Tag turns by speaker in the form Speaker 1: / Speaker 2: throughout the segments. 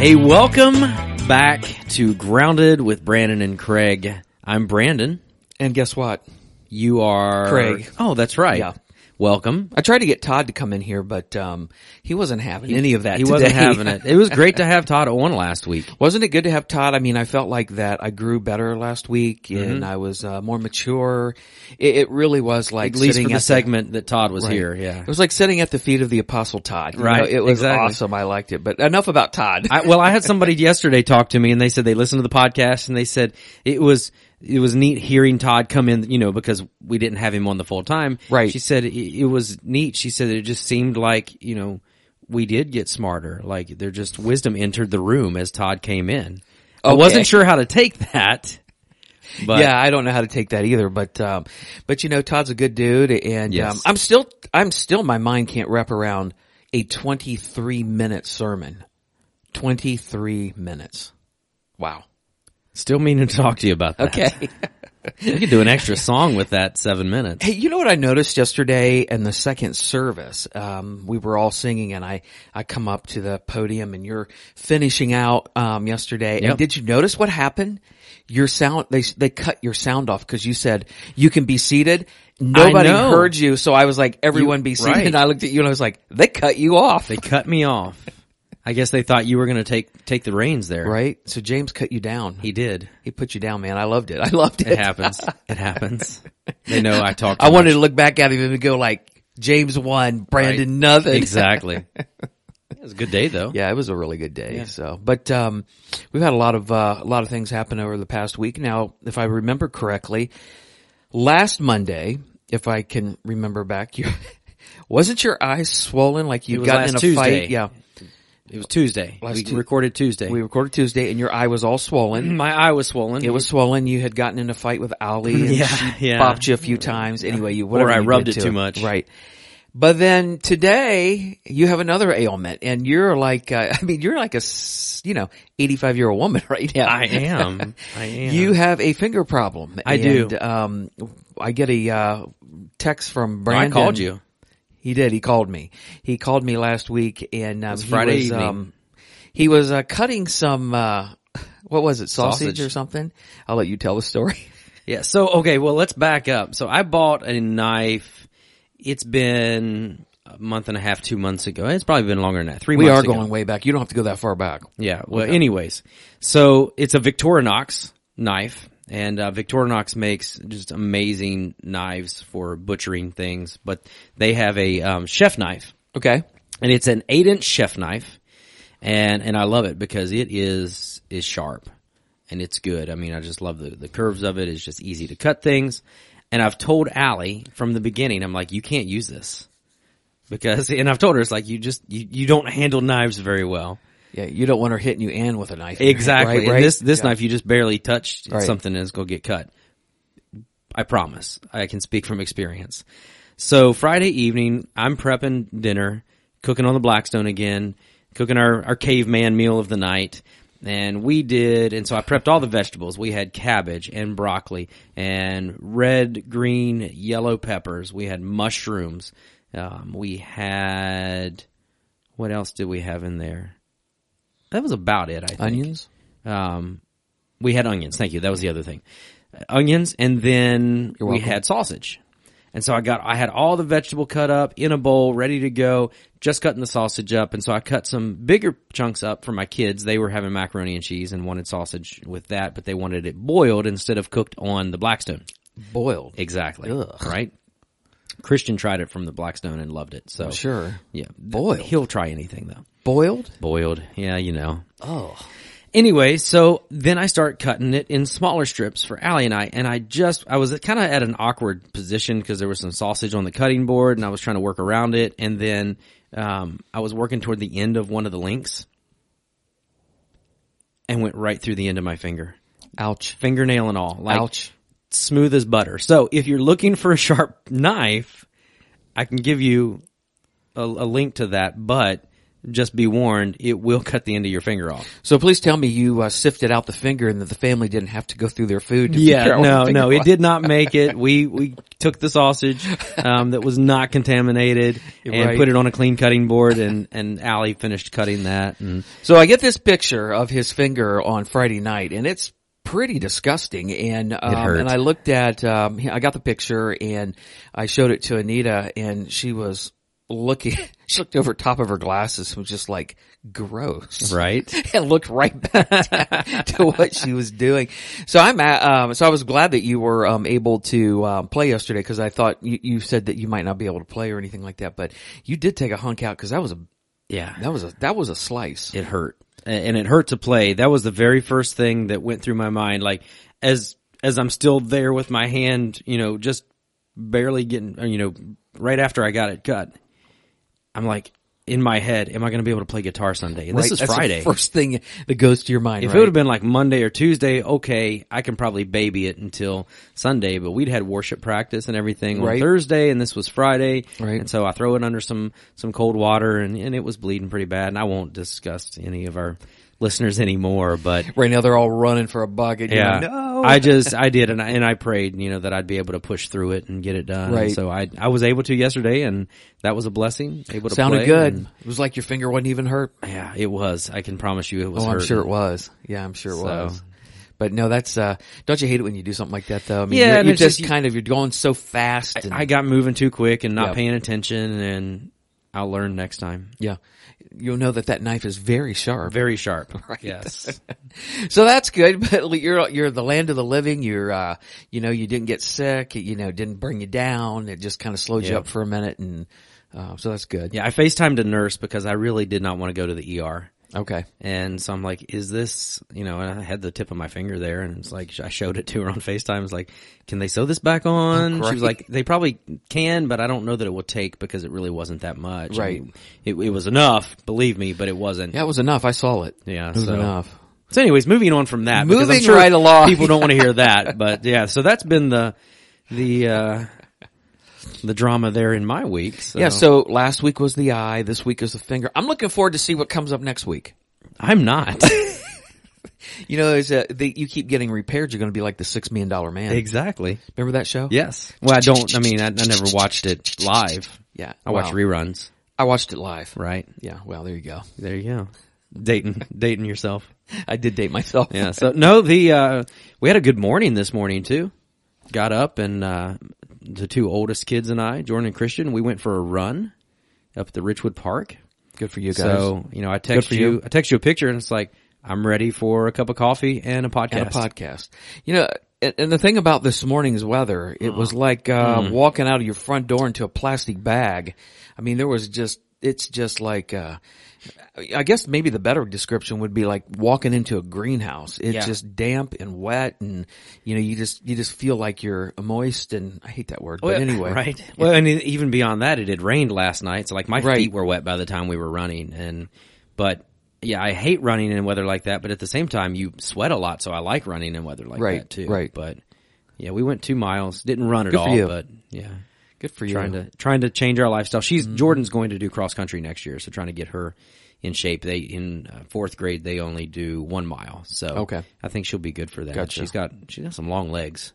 Speaker 1: Hey, welcome back to Grounded with Brandon and Craig. I'm Brandon.
Speaker 2: And guess what?
Speaker 1: You are
Speaker 2: Craig.
Speaker 1: Oh, that's right.
Speaker 2: Yeah.
Speaker 1: Welcome.
Speaker 2: I tried to get Todd to come in here, but um, he wasn't having any of that.
Speaker 1: He wasn't
Speaker 2: today.
Speaker 1: having it. It was great to have Todd on last week.
Speaker 2: wasn't it good to have Todd? I mean, I felt like that. I grew better last week,
Speaker 1: Mm-hmm.
Speaker 2: and I was uh, more mature. It, it really was like
Speaker 1: At least
Speaker 2: sitting
Speaker 1: for the
Speaker 2: at
Speaker 1: segment that Todd was here. Yeah.
Speaker 2: It was like sitting at the feet of the Apostle Todd. you
Speaker 1: Right,
Speaker 2: know? it was
Speaker 1: exactly.
Speaker 2: awesome. I liked it. But enough about Todd.
Speaker 1: I, well, I had somebody yesterday talk to me, and they said they listened to the podcast, and they said it was it was neat hearing Todd come in, you know, because we didn't have him on the full time.
Speaker 2: Right.
Speaker 1: She said it, it was neat. She said it just seemed like you know we did get smarter. Like there just wisdom entered the room as Todd came in. I
Speaker 2: Okay.
Speaker 1: wasn't sure how to take that, but
Speaker 2: yeah, I don't know how to take that either, but um, but you know, Todd's a good dude, and
Speaker 1: Yes.
Speaker 2: um, I'm still, I'm still, my mind can't wrap around a 23 minute sermon. 23 minutes. Wow.
Speaker 1: still meaning to talk to you about that. we could do an extra song with that seven minutes.
Speaker 2: Hey, you know what I noticed yesterday in the second service? Um, we were all singing and I, I come up to the podium and you're finishing out, um, yesterday.
Speaker 1: Yep.
Speaker 2: And did you notice what happened? Your sound, they, they cut your sound off because you said you can be seated. Nobody
Speaker 1: know.
Speaker 2: heard you. So I was like, everyone be seated.
Speaker 1: right.
Speaker 2: And I looked at you and I was like, they cut you off.
Speaker 1: They cut me off. I guess they thought you were going to take take the reins there.
Speaker 2: right? So James cut you down.
Speaker 1: He
Speaker 2: He,
Speaker 1: did.
Speaker 2: he put you down, man. I loved it. I loved it.
Speaker 1: It happens. It happens. They know I talked.
Speaker 2: I wanted to look back at him and go like, James won, Brandon nothing.
Speaker 1: exactly. It was a good day though.
Speaker 2: Yeah, it was a really good day. So, but um, we've had a lot of uh, a lot of things happen over the past week. Now, if I remember correctly, last Monday, if I can remember back, you wasn't your eyes swollen like you
Speaker 1: was
Speaker 2: got
Speaker 1: last
Speaker 2: in a
Speaker 1: Tuesday.
Speaker 2: fight? Yeah,
Speaker 1: It was Tuesday.
Speaker 2: Last
Speaker 1: we
Speaker 2: Tu-
Speaker 1: recorded Tuesday.
Speaker 2: we recorded Tuesday, and your eye was all swollen.
Speaker 1: my eye was swollen.
Speaker 2: It was swollen. You had gotten in a fight with Ali. And
Speaker 1: Yeah,
Speaker 2: she
Speaker 1: yeah.
Speaker 2: bopped you a few times. Anyway, you whatever
Speaker 1: I
Speaker 2: you
Speaker 1: rubbed
Speaker 2: did
Speaker 1: it
Speaker 2: to
Speaker 1: too
Speaker 2: him.
Speaker 1: much.
Speaker 2: Right. But then today you have another ailment, and you're like, uh, I mean, you're like a s- you know 85 year old woman right now.
Speaker 1: I am. I am.
Speaker 2: You have a finger problem.
Speaker 1: I do.
Speaker 2: And, Um, I get a uh, text from
Speaker 1: I
Speaker 2: Brandon.
Speaker 1: called you.
Speaker 2: He did. He called me. He called me last week, and um,
Speaker 1: Friday
Speaker 2: he was,
Speaker 1: evening.
Speaker 2: Um, he was uh, cutting some. Uh, what was it? Sausage,
Speaker 1: Sausage.
Speaker 2: or something? I'll let you tell the story.
Speaker 1: Yeah. So okay. Well, let's back up. So I bought a knife. It's been a month and a half, two months ago. It's probably been longer than that. Three.
Speaker 2: We
Speaker 1: months
Speaker 2: are
Speaker 1: ago.
Speaker 2: going way back. You don't have to go that far back.
Speaker 1: Yeah. Well, anyways, so it's a Victorinox knife, and uh, Victorinox makes just amazing knives for butchering things. But they have a um, chef knife,
Speaker 2: Okay.
Speaker 1: and it's an eight inch chef knife, and and I love it because it is is sharp, and it's good. I mean, I just love the the curves of it. It's just easy to cut things. And I've told Allie from the beginning, I'm like, you can't use this because, and I've told her it's like you just you, you don't handle knives very well.
Speaker 2: Yeah, you don't want her hitting you and with a knife.
Speaker 1: Exactly.
Speaker 2: Right,
Speaker 1: and
Speaker 2: right?
Speaker 1: this this
Speaker 2: Yeah.
Speaker 1: knife, you just barely touch
Speaker 2: Right.
Speaker 1: something and it's gonna get cut. I promise. I can speak from experience. So Friday evening, I'm prepping dinner, cooking on the Blackstone again, cooking our, our caveman meal of the night. And we did, and so I prepped all the vegetables. We had cabbage and broccoli and red, green, yellow peppers. We had mushrooms. Um, we had, what else did we have in there? That was about it, I think
Speaker 2: Onions.
Speaker 1: um, we had onions. Thank you. That was the other thing. Uh, Onions, and then we
Speaker 2: welcome.
Speaker 1: had sausage. And so I got, I had all the vegetable cut up in a bowl, ready to go, just cutting the sausage up. And so I cut some bigger chunks up for my kids. They were having macaroni and cheese and wanted sausage with that, but they wanted it boiled instead of cooked on the Blackstone.
Speaker 2: Boiled.
Speaker 1: Exactly.
Speaker 2: Ugh.
Speaker 1: Right? Christian tried it from the Blackstone and loved it. So
Speaker 2: Sure.
Speaker 1: Yeah.
Speaker 2: Boiled.
Speaker 1: He'll try anything though.
Speaker 2: Boiled?
Speaker 1: Boiled. Yeah, you know.
Speaker 2: Oh.
Speaker 1: Anyway, so then I start cutting it in smaller strips for Allie and I, and I just, I was kind of at an awkward position because there was some sausage on the cutting board and I was trying to work around it. And then, um, I was working toward the end of one of the links and went right through the end of my finger,
Speaker 2: Ouch.
Speaker 1: fingernail and all, like
Speaker 2: Ouch.
Speaker 1: smooth as butter. So if you're looking for a sharp knife, I can give you a, a link to that, but just be warned, it will cut the end of your finger off.
Speaker 2: So please tell me you uh, sifted out the finger and that the family didn't have to go through their food. To figure
Speaker 1: Yeah,
Speaker 2: out what
Speaker 1: no,
Speaker 2: the
Speaker 1: no,
Speaker 2: finger
Speaker 1: it
Speaker 2: was.
Speaker 1: did not make it. We we took the sausage um, that was not contaminated and
Speaker 2: Right.
Speaker 1: put it on a clean cutting board, and and Allie finished cutting that. And
Speaker 2: So I get this picture of his finger on Friday night, and it's pretty disgusting. And um,
Speaker 1: hurt.
Speaker 2: and I looked at, um, I got the picture, and I showed it to Anita, and she was looking. She looked over top of her glasses, and was just like, "Gross."
Speaker 1: right,
Speaker 2: and looked right back down to what she was doing. So I'm at, um, so I was glad that you were um, able to um, play yesterday because I thought you, you said that you might not be able to play or anything like that, but you did take a hunk out because that was a
Speaker 1: yeah,
Speaker 2: that was a that was a slice.
Speaker 1: it hurt, A- and it hurt to play. That was the very first thing that went through my mind. Like as as I'm still there with my hand, you know, just barely getting, or, you know, right after I got it cut, I'm like in my head, am I going to be able to play guitar Sunday? And
Speaker 2: right?
Speaker 1: this is
Speaker 2: That's the
Speaker 1: Friday.
Speaker 2: first thing that goes to your mind.
Speaker 1: If
Speaker 2: right?
Speaker 1: it would have been like Monday or Tuesday, okay, I can probably baby it until Sunday, but we'd had worship practice and everything
Speaker 2: Right.
Speaker 1: on Thursday and this was Friday.
Speaker 2: Right.
Speaker 1: And so I throw it under some, some cold water and, and it was bleeding pretty bad. And I won't discuss any of our listeners anymore, but
Speaker 2: right now, they're all running for a bucket. You're
Speaker 1: yeah,
Speaker 2: like, no.
Speaker 1: I just, I did. And I, and I prayed, you know, that I'd be able to push through it and get it done. And
Speaker 2: Right.
Speaker 1: so I, I was able to yesterday and that was a blessing. Able to
Speaker 2: sounded
Speaker 1: play
Speaker 2: good.
Speaker 1: and-
Speaker 2: It was like your finger wasn't even hurt.
Speaker 1: yeah, it was. I can promise you it was
Speaker 2: Oh, I'm
Speaker 1: hurting.
Speaker 2: sure it was. Yeah, I'm sure it was. But no, that's uh don't you hate it when you do something like that though? I mean,
Speaker 1: Yeah,
Speaker 2: you're,
Speaker 1: and
Speaker 2: you're
Speaker 1: it's
Speaker 2: just,
Speaker 1: just-
Speaker 2: kind of you're going so fast. And,
Speaker 1: I got moving too quick and not
Speaker 2: Yeah.
Speaker 1: paying attention, and I'll learn next time.
Speaker 2: yeah, you'll know that that knife is very sharp.
Speaker 1: Very sharp. Yes.
Speaker 2: So that's good. But you're you're the land of the living. You're uh you know you didn't get sick. It, you know didn't bring you down. It just kind of slowed you
Speaker 1: Yeah.
Speaker 2: up for a minute, and uh, so that's good.
Speaker 1: yeah, I FaceTimed a nurse because I really did not want to go to the ER.
Speaker 2: Okay.
Speaker 1: And so I'm like, is this, you know, and I had the tip of my finger there and it's like, I showed it to her on FaceTime. I was like, can they sew this back on? She
Speaker 2: great.
Speaker 1: was like, they probably can, but I don't know that it will take because it really wasn't that much. I
Speaker 2: Right.
Speaker 1: mean, it, it was enough, believe me, but it wasn't.
Speaker 2: That was enough. I saw it.
Speaker 1: Yeah,
Speaker 2: it was
Speaker 1: so-
Speaker 2: enough.
Speaker 1: So, anyways, moving on from that. because I'm
Speaker 2: Moving
Speaker 1: sure
Speaker 2: right along.
Speaker 1: People don't want to hear that, but yeah. So that's been the the uh, the drama there in my week. So.
Speaker 2: Yeah. So last week was the eye. This week is the finger. I'm looking forward to see what comes up next week.
Speaker 1: I'm not
Speaker 2: You know, is uh, the, you keep getting repaired, you're going to be like the six million dollar man.
Speaker 1: exactly.
Speaker 2: Remember that show?
Speaker 1: Yes. Well, I don't. I mean, I, I never watched it live.
Speaker 2: Yeah.
Speaker 1: I watched
Speaker 2: Wow.
Speaker 1: reruns.
Speaker 2: I watched it live.
Speaker 1: Right
Speaker 2: Yeah. Well, there you go.
Speaker 1: there, you go. Dating, dating yourself.
Speaker 2: I did date myself.
Speaker 1: Yeah. So no, the uh, we had a good morning this morning too. Got up and uh, the two oldest kids and I, Jordan and Christian, we went for a run up at the Richwood Park.
Speaker 2: Good for you guys.
Speaker 1: So you know, I text
Speaker 2: for
Speaker 1: you,
Speaker 2: you.
Speaker 1: I text you a picture, and it's like I'm ready for a cup of coffee and a podcast.
Speaker 2: and a podcast. You know, and, and the thing about this morning's weather, it
Speaker 1: Mm-hmm.
Speaker 2: was like uh, walking out of your front door into a plastic bag. I mean, there was just it's just like uh I guess maybe the better description would be like walking into a greenhouse. It's
Speaker 1: Yeah.
Speaker 2: just damp and wet and you know, you just you just feel like you're moist and I hate that word, but anyway.
Speaker 1: Oh, right? Well, and e- even beyond that, it had rained last night, so like my
Speaker 2: Right.
Speaker 1: feet were wet by the time we were running. And but yeah, I hate running in weather like that. But at the same time, you sweat a lot, so I like running in weather like
Speaker 2: Right,
Speaker 1: that too.
Speaker 2: right.
Speaker 1: But yeah, we went two miles, didn't run at
Speaker 2: Good for
Speaker 1: all,
Speaker 2: you.
Speaker 1: but yeah.
Speaker 2: Good for you.
Speaker 1: Trying to trying to change our lifestyle. She's
Speaker 2: Mm-hmm.
Speaker 1: Jordan's going to do cross country next year, so trying to get her in shape. They in uh, fourth grade they only do one mile, so
Speaker 2: Okay.
Speaker 1: I think she'll be good for that.
Speaker 2: Gotcha.
Speaker 1: She's got she has some long legs.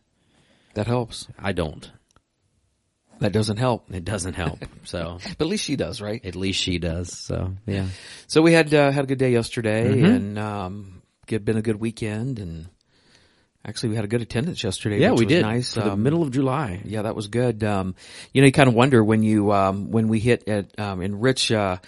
Speaker 2: That helps.
Speaker 1: I don't.
Speaker 2: That doesn't help.
Speaker 1: It doesn't help. so
Speaker 2: But at least she does, right?
Speaker 1: At least she does. So yeah,
Speaker 2: So we had uh, had a good day yesterday,
Speaker 1: Mm-hmm.
Speaker 2: and um, it been a good weekend, and actually we had a good attendance yesterday.
Speaker 1: yeah,
Speaker 2: which
Speaker 1: we
Speaker 2: was
Speaker 1: did.
Speaker 2: Nice.
Speaker 1: for the
Speaker 2: um,
Speaker 1: middle of July.
Speaker 2: yeah, that was good. Um, you know, you kind of wonder when you um, when we hit at um, in Rich. Uh,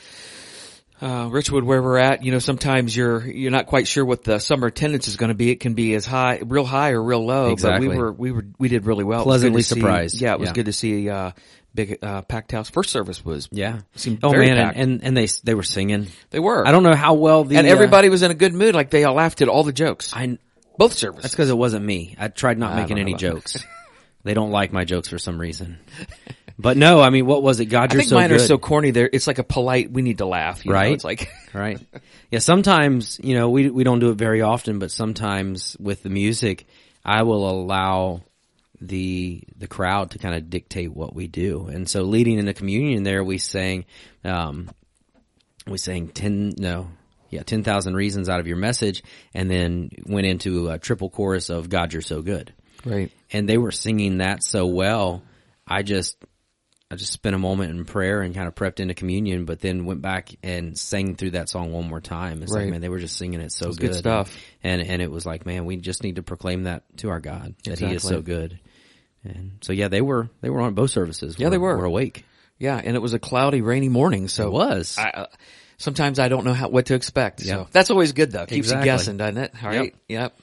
Speaker 2: uh, Richwood, where we're at, you know, sometimes you're, you're not quite sure what the summer attendance is going to be. It can be as high, real high or real low, but
Speaker 1: Exactly.
Speaker 2: we were, we were, we did really well. It was good
Speaker 1: Pleasantly
Speaker 2: to see-
Speaker 1: surprised.
Speaker 2: yeah, it was
Speaker 1: Yeah.
Speaker 2: good to see, uh, big, uh, packed house. First service was,
Speaker 1: Yeah.
Speaker 2: Seemed
Speaker 1: oh
Speaker 2: very
Speaker 1: man, and,
Speaker 2: packed.
Speaker 1: and and they they were singing.
Speaker 2: they were.
Speaker 1: I don't know how well the
Speaker 2: and
Speaker 1: uh,
Speaker 2: everybody was in a good mood. Like they all laughed at all the jokes.
Speaker 1: I
Speaker 2: Both services.
Speaker 1: that's because it wasn't me. I tried not making
Speaker 2: don't
Speaker 1: any
Speaker 2: know about that.
Speaker 1: jokes. they don't like my jokes for some reason. But no, I mean, what was it? God,
Speaker 2: I
Speaker 1: you're
Speaker 2: think
Speaker 1: so
Speaker 2: mine
Speaker 1: good.
Speaker 2: are so corny. There, it's like a polite. We need to laugh. you know?
Speaker 1: Right.
Speaker 2: It's like
Speaker 1: right? Yeah, sometimes, you know, we we don't do it very often, but sometimes with the music, I will allow the the crowd to kind of dictate what we do. And so leading into communion there we sang um we sang 10, no, yeah, 10,000 reasons out of your message and then went into a triple chorus of God, you're so good.
Speaker 2: Right.
Speaker 1: And they were singing that so well. I just, I just spent a moment in prayer and kind of prepped into communion, but then went back and sang through that song one more time. It's
Speaker 2: Right.
Speaker 1: like, man, they were just singing it so
Speaker 2: was
Speaker 1: good.
Speaker 2: good stuff.
Speaker 1: And, and it was like, man, we just need to proclaim that to our God that he is
Speaker 2: Exactly.
Speaker 1: so good. And so, yeah, they were, they were on both services. Yeah,
Speaker 2: they were.
Speaker 1: Were awake.
Speaker 2: Yeah, and it was a cloudy, rainy morning, so
Speaker 1: It was.
Speaker 2: I, uh, sometimes I don't know how what to expect.
Speaker 1: Yeah.
Speaker 2: So that's always good though. Keeps
Speaker 1: Exactly.
Speaker 2: you guessing, doesn't it? All right. Yep.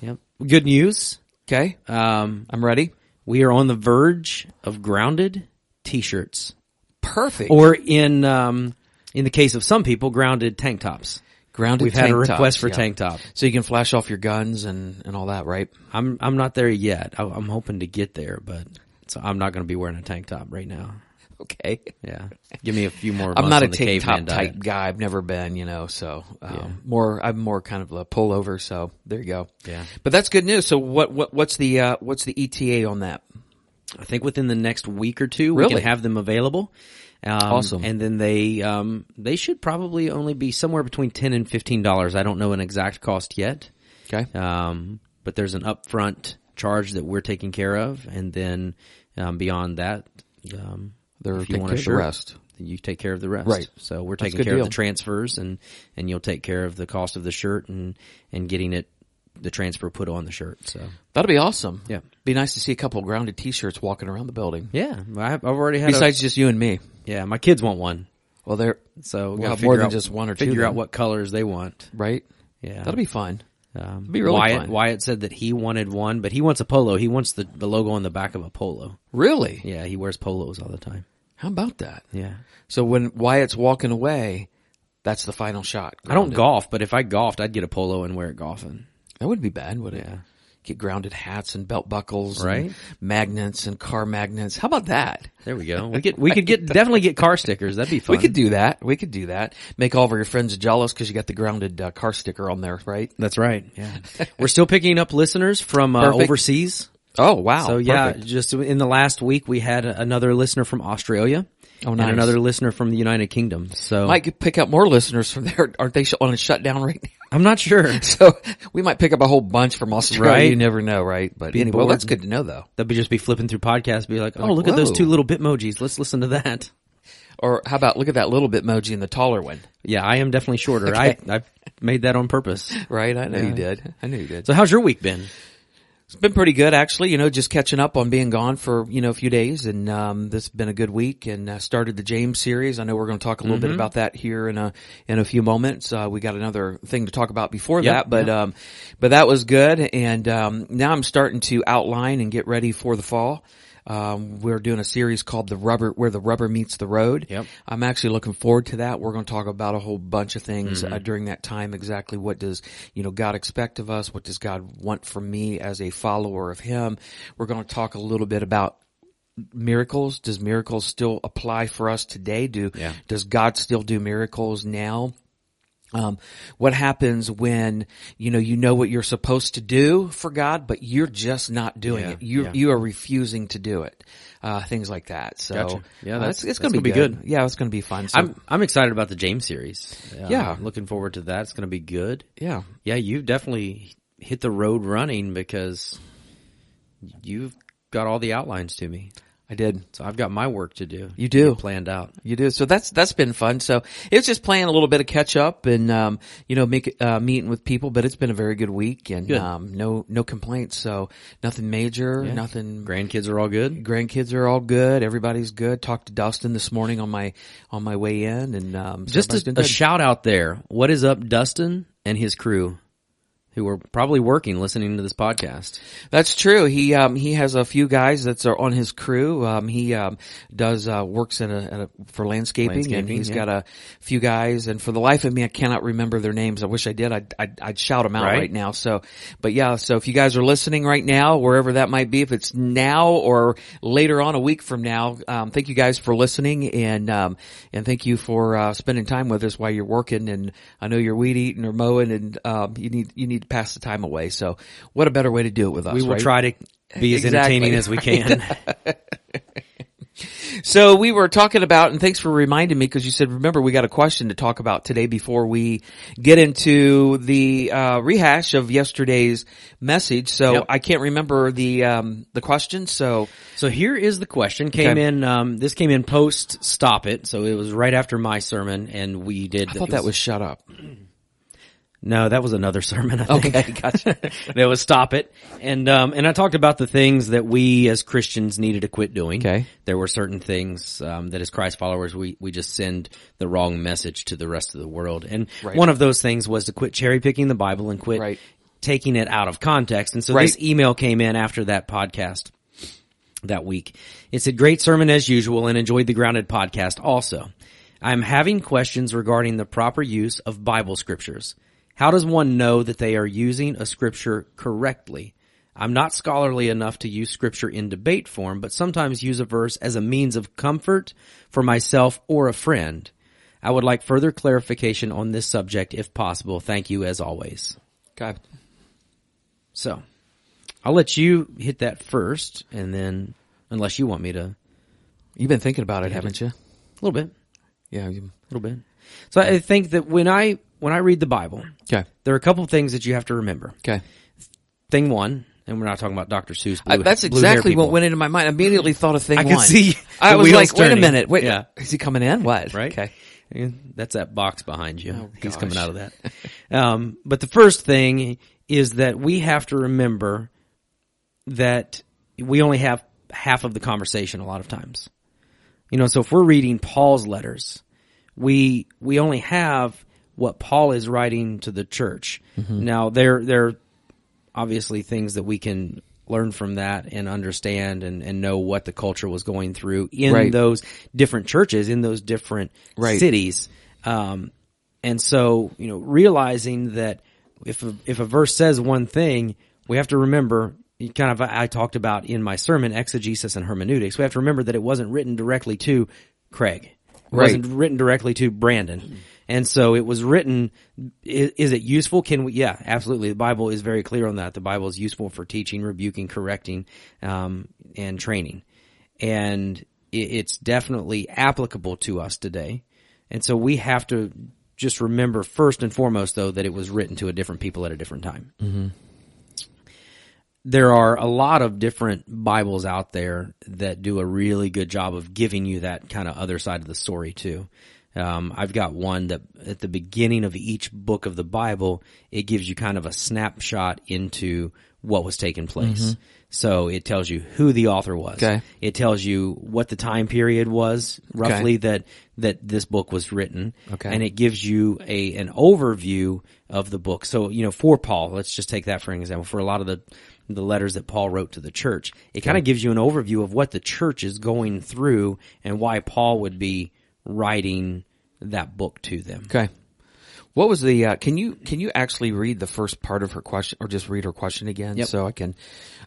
Speaker 1: yep. Good news.
Speaker 2: Okay.
Speaker 1: Um,
Speaker 2: I'm ready.
Speaker 1: we are on the verge of grounded t-shirts
Speaker 2: Perfect.
Speaker 1: or in, um, in the case of some people, grounded tank tops.
Speaker 2: grounded.
Speaker 1: We've had a
Speaker 2: tank tops,
Speaker 1: request for
Speaker 2: yeah.
Speaker 1: tank top.
Speaker 2: so you can flash off your guns and and all that, right?
Speaker 1: I'm I'm not there yet. I, I'm hoping to get there, but so I'm not going to be wearing a tank top right now.
Speaker 2: Okay.
Speaker 1: Yeah, give me a few more.
Speaker 2: I'm
Speaker 1: months
Speaker 2: not a
Speaker 1: on the
Speaker 2: tank top
Speaker 1: caveman
Speaker 2: type
Speaker 1: diet.
Speaker 2: guy. I've never been, you know. So um, more, I'm more kind of a pullover. So there you go.
Speaker 1: Yeah.
Speaker 2: But that's good news. So what what what's the uh, what's the ETA on that?
Speaker 1: I think within the next week or two, we
Speaker 2: Really?
Speaker 1: can have them available. Um,
Speaker 2: Awesome.
Speaker 1: And then they um, they should probably only be somewhere between ten and fifteen dollars. I don't know an exact cost yet.
Speaker 2: Okay.
Speaker 1: Um, but there's an upfront charge that we're taking care of, and then um, beyond that, um,
Speaker 2: They're
Speaker 1: if you
Speaker 2: taking
Speaker 1: want
Speaker 2: care
Speaker 1: a
Speaker 2: of the
Speaker 1: shirt,
Speaker 2: rest.
Speaker 1: then you take care of the rest.
Speaker 2: Right.
Speaker 1: So we're
Speaker 2: That's a
Speaker 1: taking
Speaker 2: good
Speaker 1: care
Speaker 2: deal.
Speaker 1: of the transfers, and and you'll take care of the cost of the shirt and and getting it the transfer put on the shirt. So
Speaker 2: That'll be awesome.
Speaker 1: Yeah.
Speaker 2: Be nice to see a couple of grounded T-shirts walking around the building.
Speaker 1: yeah, I- I've already had. a-
Speaker 2: Besides just you and me.
Speaker 1: yeah, my kids want one,
Speaker 2: Well, they're
Speaker 1: so
Speaker 2: We'll
Speaker 1: gotta
Speaker 2: have more
Speaker 1: figure
Speaker 2: than
Speaker 1: out-
Speaker 2: just one or two
Speaker 1: Figure out
Speaker 2: then.
Speaker 1: what colors they want.
Speaker 2: right.
Speaker 1: Yeah,
Speaker 2: That'll be fun.
Speaker 1: Um,
Speaker 2: be really
Speaker 1: Wyatt,
Speaker 2: fun.
Speaker 1: Wyatt said that he wanted one, but he wants a polo. He wants the, the logo on the back of a polo.
Speaker 2: Really?
Speaker 1: Yeah, he wears polos all the time.
Speaker 2: How about that?
Speaker 1: Yeah.
Speaker 2: So when Wyatt's walking away, that's the final shot.
Speaker 1: I don't
Speaker 2: Grounded.
Speaker 1: golf, but if I golfed, I'd get a polo and wear it golfing.
Speaker 2: That would be bad, would it?
Speaker 1: Yeah.
Speaker 2: Get grounded hats and belt buckles, and
Speaker 1: Right.
Speaker 2: magnets and car magnets. How about that?
Speaker 1: There we go. We get we could get definitely get car stickers. That'd be fun.
Speaker 2: We could do that. We could do that. Make all of your friends jealous because you got the grounded uh, car sticker on there, right?
Speaker 1: That's right. Yeah. We're still picking up listeners from uh,
Speaker 2: Perfect.
Speaker 1: overseas.
Speaker 2: Oh wow!
Speaker 1: So yeah,
Speaker 2: Perfect.
Speaker 1: just in the last week we had another listener from Australia
Speaker 2: Oh,
Speaker 1: and
Speaker 2: nice.
Speaker 1: another listener from the United Kingdom. So
Speaker 2: might get- pick up more listeners from there. Aren't they sh- on a shutdown right now?
Speaker 1: I'm not sure.
Speaker 2: So we might pick up a whole bunch from Australia.
Speaker 1: Right.
Speaker 2: You never know, right? But anyway, well,
Speaker 1: bored.
Speaker 2: that's good to know though.
Speaker 1: They'll be just be flipping through podcasts, be like, "Oh,
Speaker 2: Like,
Speaker 1: look at those
Speaker 2: whoa.
Speaker 1: two little bitmojis. Let's listen to that."
Speaker 2: Or how about look at that little bit moji and the taller one,
Speaker 1: Yeah, I am definitely shorter. I I made that on purpose.
Speaker 2: right? I know you did. I knew you did.
Speaker 1: So how's your week been?
Speaker 2: It's been pretty good actually, you know, just catching up on being gone for, you know, a few days and, um, this has been a good week and uh, started the James series. I know we're going to talk a little
Speaker 1: Mm-hmm.
Speaker 2: bit about that here in a, in a few moments. Uh, we got another thing to talk about before
Speaker 1: Yep,
Speaker 2: that, but, um, but that was good. And, um, now I'm starting to outline and get ready for the fall. Um, we're doing a series called the rubber, where the rubber meets the road.
Speaker 1: Yep.
Speaker 2: I'm actually looking forward to that. We're going to talk about a whole bunch of things
Speaker 1: Mm-hmm.
Speaker 2: uh, during that time. Exactly what does, you know, God expect of us? What does God want from me as a follower of Him? We're going to talk a little bit about miracles. Does miracles still apply for us today? Do,
Speaker 1: Yeah.
Speaker 2: does God still do miracles now? Um, what happens when you know you know what you're supposed to do for God, but you're just not doing
Speaker 1: Yeah,
Speaker 2: it. You
Speaker 1: yeah.
Speaker 2: you are refusing to do it. Uh, things like that. So
Speaker 1: Gotcha. Yeah,
Speaker 2: uh,
Speaker 1: that's-
Speaker 2: it's,
Speaker 1: that's
Speaker 2: it's gonna, be,
Speaker 1: gonna be
Speaker 2: good. Yeah, it's gonna be fun. So,
Speaker 1: I'm I'm excited about the James series.
Speaker 2: Yeah.
Speaker 1: looking forward to that. It's going to be good.
Speaker 2: yeah,
Speaker 1: Yeah, you've definitely hit the road running because you've got all the outlines to me.
Speaker 2: I did.
Speaker 1: So I've got my work to do.
Speaker 2: You do.
Speaker 1: planned out.
Speaker 2: You do. So that's, that's been fun. So it's just playing a little bit of catch up and, um, you know, make, uh, meeting with people, but it's been a very good week and,
Speaker 1: Good.
Speaker 2: um, no, no complaints. So nothing major, nothing.
Speaker 1: Grandkids are all good.
Speaker 2: Grandkids are all good. Everybody's good. Talked to Dustin this morning on my, on my way in and, um, so
Speaker 1: Just
Speaker 2: everybody's been
Speaker 1: a, a
Speaker 2: good.
Speaker 1: shout out there. What is up, Dustin and his crew, who are probably working listening to this podcast?
Speaker 2: That's true. He um he has a few guys that's are on his crew. Um he um does uh works in a, at a for landscaping, and
Speaker 1: Landscaping,
Speaker 2: he's
Speaker 1: yeah.
Speaker 2: got a few guys. And for the life of me, I cannot remember their names. I wish I did. I'd I'd, I'd shout them out
Speaker 1: Right.
Speaker 2: right. now. So, but yeah. So if you guys are listening right now, wherever that might be, if it's now or later on a week from now, um thank you guys for listening and um and thank you for uh spending time with us while you're working. And I know you're weed eating or mowing, and um you need you need to pass the time away. So what a better way to do it with us?
Speaker 1: We will
Speaker 2: right?
Speaker 1: try to be as
Speaker 2: Exactly,
Speaker 1: entertaining as we can.
Speaker 2: So we were talking about, and thanks for reminding me because you said, remember, we got a question to talk about today before we get into the uh, rehash of yesterday's message. So
Speaker 1: Yep.
Speaker 2: I can't remember the um, the question. So
Speaker 1: So here is the question. Came
Speaker 2: Okay.
Speaker 1: in. Um, this came in post stop it. So it was right after my sermon, and we did.
Speaker 2: I thought that was shut up.
Speaker 1: no. That was another sermon. I think.
Speaker 2: Okay, gotcha.
Speaker 1: that was stop it, and um, and I talked about the things that we as Christians needed to quit doing.
Speaker 2: Okay.
Speaker 1: there were certain things um, that as Christ followers we we just send the wrong message to the rest of the world, and
Speaker 2: Right.
Speaker 1: one of those things was to quit cherry picking the Bible and quit
Speaker 2: Right.
Speaker 1: taking it out of context. And so
Speaker 2: Right.
Speaker 1: this email came in after that podcast that week. It said, great sermon as usual and enjoyed the grounded podcast also. I'm having questions regarding the proper use of Bible scriptures. How does one know that they are using a scripture correctly? I'm not scholarly enough to use scripture in debate form, but sometimes use a verse as a means of comfort for myself or a friend. I would like further clarification on this subject if possible. Thank you as always.
Speaker 2: God.
Speaker 1: So I'll let you hit that first and then unless you want me to a
Speaker 2: You've been thinking about it, haven't you?
Speaker 1: little bit, a
Speaker 2: Yeah. You,
Speaker 1: little bit. So I think that when I, when I read the Bible,
Speaker 2: okay.
Speaker 1: there are a couple things that you have to remember.
Speaker 2: Okay.
Speaker 1: Thing one, and we're not talking about Dr. Seuss.
Speaker 2: I,
Speaker 1: blue-
Speaker 2: Uh, that's
Speaker 1: blue hair
Speaker 2: exactly what
Speaker 1: people,
Speaker 2: went into my mind. I immediately thought of thing
Speaker 1: I could
Speaker 2: one.
Speaker 1: see
Speaker 2: I
Speaker 1: the
Speaker 2: was
Speaker 1: wheels
Speaker 2: like, wait a
Speaker 1: turning.
Speaker 2: minute. Wait,
Speaker 1: Yeah.
Speaker 2: is he coming in? What?
Speaker 1: Right.
Speaker 2: Okay. Oh,
Speaker 1: That's that box behind you. He's
Speaker 2: gosh.
Speaker 1: coming out of that. um, but the first thing is that we have to remember that we only have half of the conversation a lot of times. You know, so if we're reading Paul's letters, we we only have what Paul is writing to the church. Now there there are obviously things that we can learn from that and understand and, and know what the culture was going through in
Speaker 2: Right.
Speaker 1: those different churches, in those different
Speaker 2: Right.
Speaker 1: cities. Um, and so, you know, realizing that if a, if a verse says one thing, we have to remember. you Kind of, I talked about in my sermon exegesis and hermeneutics. We have to remember that it wasn't written directly to Craig. It
Speaker 2: Right.
Speaker 1: wasn't written directly to Brandon, and so it was written. Is, is it useful? Can we? Yeah, absolutely. The Bible is very clear on that. The Bible is useful for teaching, rebuking, correcting, um, and training, and it, it's definitely applicable to us today. And so we have to just remember first and foremost, though, that it was written to a different people at a different time. There are a lot of different Bibles out there that do a really good job of giving you that kind of other side of the story too. Um, I've got one that at the beginning of each book of the Bible, it gives you kind of a snapshot into what was taking place. So it tells you who the author was.
Speaker 2: Okay.
Speaker 1: It tells you what the time period was roughly that that this book was written.
Speaker 2: Okay.
Speaker 1: And it gives you a an overview of the book. So, you know, for Paul, let's just take that for an example. For a lot of the the letters that Paul wrote to the church, it kind of gives you an overview of what the church is going through and why Paul would be writing that book to them.
Speaker 2: Okay. What was the? Uh, can you can you actually read the first part of her question, or just read her question again, so I can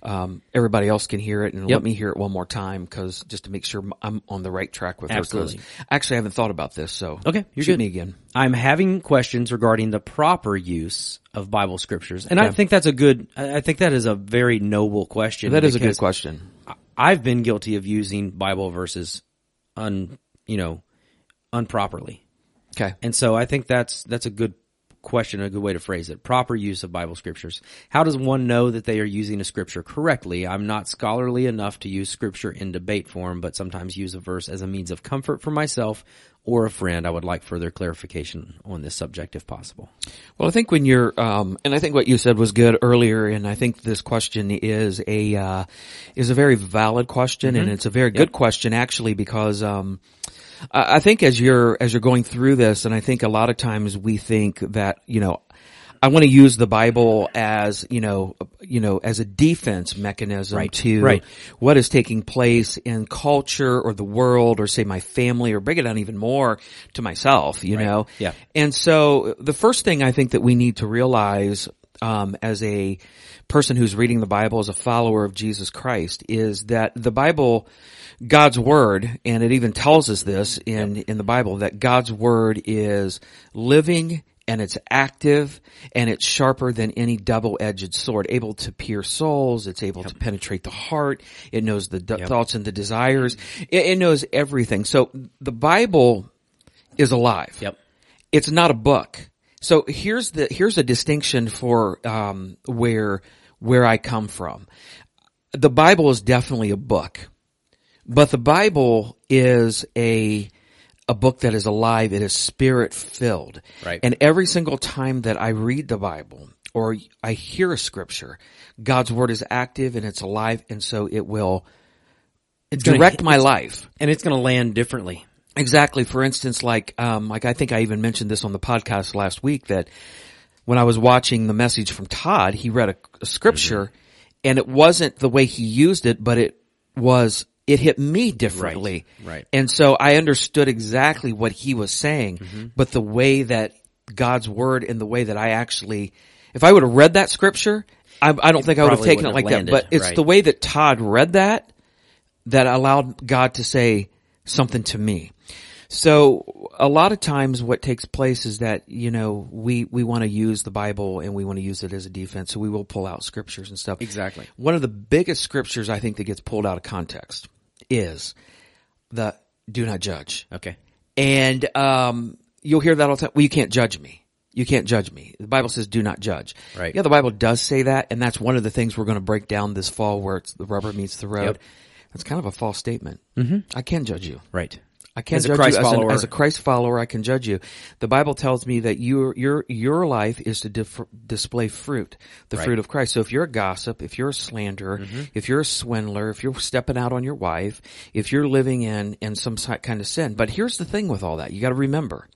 Speaker 2: um, everybody else can hear it, and let me hear it one more time, because just to make sure I'm on the right track with her.
Speaker 1: Absolutely.
Speaker 2: 'cause Actually, I haven't thought about this, so
Speaker 1: Okay, you're
Speaker 2: shoot
Speaker 1: good.
Speaker 2: me again.
Speaker 1: I'm having questions regarding the proper use of Bible scriptures. And I think that's a good, I I think that is a very noble question.
Speaker 2: That is a good
Speaker 1: because
Speaker 2: question.
Speaker 1: I've been guilty of using Bible verses un, you know, unproperly.
Speaker 2: Okay.
Speaker 1: And so I think that's that's a good question, a good way to phrase it. Proper use of Bible scriptures. How does one know that they are using a scripture correctly? I'm not scholarly enough to use scripture in debate form, but sometimes use a verse as a means of comfort for myself or a friend. I would like further clarification on this subject if possible.
Speaker 2: Well, I think when you're, um, and I think what you said was good earlier, and I think this question is a uh, is a very valid question,
Speaker 1: Mm-hmm.
Speaker 2: and it's a very good question actually because um, I, I think as you're as you're going through this, and I think a lot of times we think that you know. I want to use the Bible as, you know, you know, as a defense mechanism to
Speaker 1: right.
Speaker 2: what is taking place in culture or the world or say my family or break it down even more to myself, you know?
Speaker 1: Yeah.
Speaker 2: And so the first thing I think that we need to realize um, as a person who's reading the Bible as a follower of Jesus Christ is that the Bible, God's word, and it even tells us this in, in the Bible that God's word is living and it's active and it's sharper than any double-edged sword, able to pierce souls. It's able to penetrate the heart. It knows the d- thoughts and the desires. It, it knows everything. So the Bible is alive.
Speaker 1: Yep.
Speaker 2: It's not a book. So here's the, here's a distinction for, um, where, where I come from. The Bible is definitely a book, but the Bible is a, a book that is alive. It is spirit filled.
Speaker 1: Right.
Speaker 2: And every single time that I read the Bible or I hear a scripture, God's word is active and it's alive. And so it will
Speaker 1: gonna
Speaker 2: direct
Speaker 1: hit-
Speaker 2: my life.
Speaker 1: and it's going to land differently.
Speaker 2: Exactly. For instance, like, um, like I think I even mentioned this on the podcast last week that when I was watching the message from Todd, he read a, a scripture
Speaker 1: Mm-hmm.
Speaker 2: and it wasn't the way he used it, but it was, it hit me differently.
Speaker 1: Right.
Speaker 2: And so I understood exactly what he was saying,
Speaker 1: Mm-hmm.
Speaker 2: but the way that God's word and the way that I actually, if I would have read that scripture, I, I don't think I would have
Speaker 1: probably
Speaker 2: taken it
Speaker 1: wouldn't
Speaker 2: like
Speaker 1: have landed,
Speaker 2: that, but it's
Speaker 1: right.
Speaker 2: the way that Todd read that that allowed God to say something to me. So a lot of times what takes place is that, you know, we, we want to use the Bible and we want to use it as a defense. So we will pull out scriptures and stuff.
Speaker 1: Exactly.
Speaker 2: One of the biggest scriptures I think that gets pulled out of context is the do not judge.
Speaker 1: Okay.
Speaker 2: And um, you'll hear that all the time. Well, you can't judge me. You can't judge me. The Bible says, "Do not judge."
Speaker 1: Right.
Speaker 2: Yeah, the Bible does say that, and that's one of the things we're going to break down this fall, where it's the rubber meets the road.
Speaker 1: Yep.
Speaker 2: That's kind of a false statement. Mm-hmm. I can judge you.
Speaker 1: Right.
Speaker 2: I can
Speaker 1: As a
Speaker 2: judge
Speaker 1: Christ
Speaker 2: you as, an-
Speaker 1: follower.
Speaker 2: as a Christ follower. I can judge you. The Bible tells me that your your your life is to dif- display fruit, the fruit of Christ. So if you're a gossip, if you're a slanderer,
Speaker 1: Mm-hmm.
Speaker 2: if you're a swindler, if you're stepping out on your wife, if you're living in in some si- kind of sin. But here's the thing with all that: you got to remember,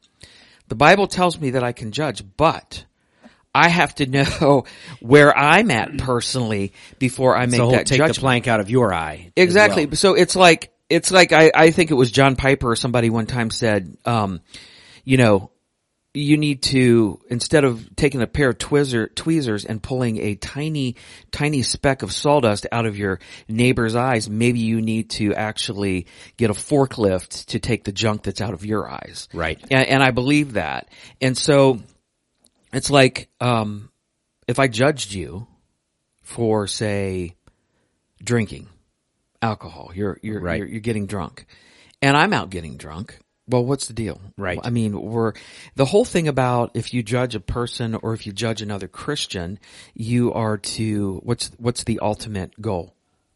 Speaker 2: the Bible tells me that I can judge, but. I have to know where I'm at personally before I make
Speaker 1: So he'll
Speaker 2: that
Speaker 1: take
Speaker 2: judgment.
Speaker 1: the plank out of your eye. as
Speaker 2: Exactly.
Speaker 1: well.
Speaker 2: So it's like it's like I, I think it was John Piper or somebody one time said, um, you know, you need to instead of taking a pair of twizzer, tweezers and pulling a tiny tiny speck of sawdust out of your neighbor's eyes, maybe you need to actually get a forklift to take the junk that's out of your eyes.
Speaker 1: Right.
Speaker 2: And, and I believe that. And so it's like um, if I judged you for say drinking alcohol. You're you're
Speaker 1: Right.
Speaker 2: you're, you're getting drunk, and I'm out getting drunk. Well, what's the deal?
Speaker 1: Right.
Speaker 2: I mean, we're the whole thing about if you judge a person or if you judge another Christian, you are to what's what's the ultimate goal?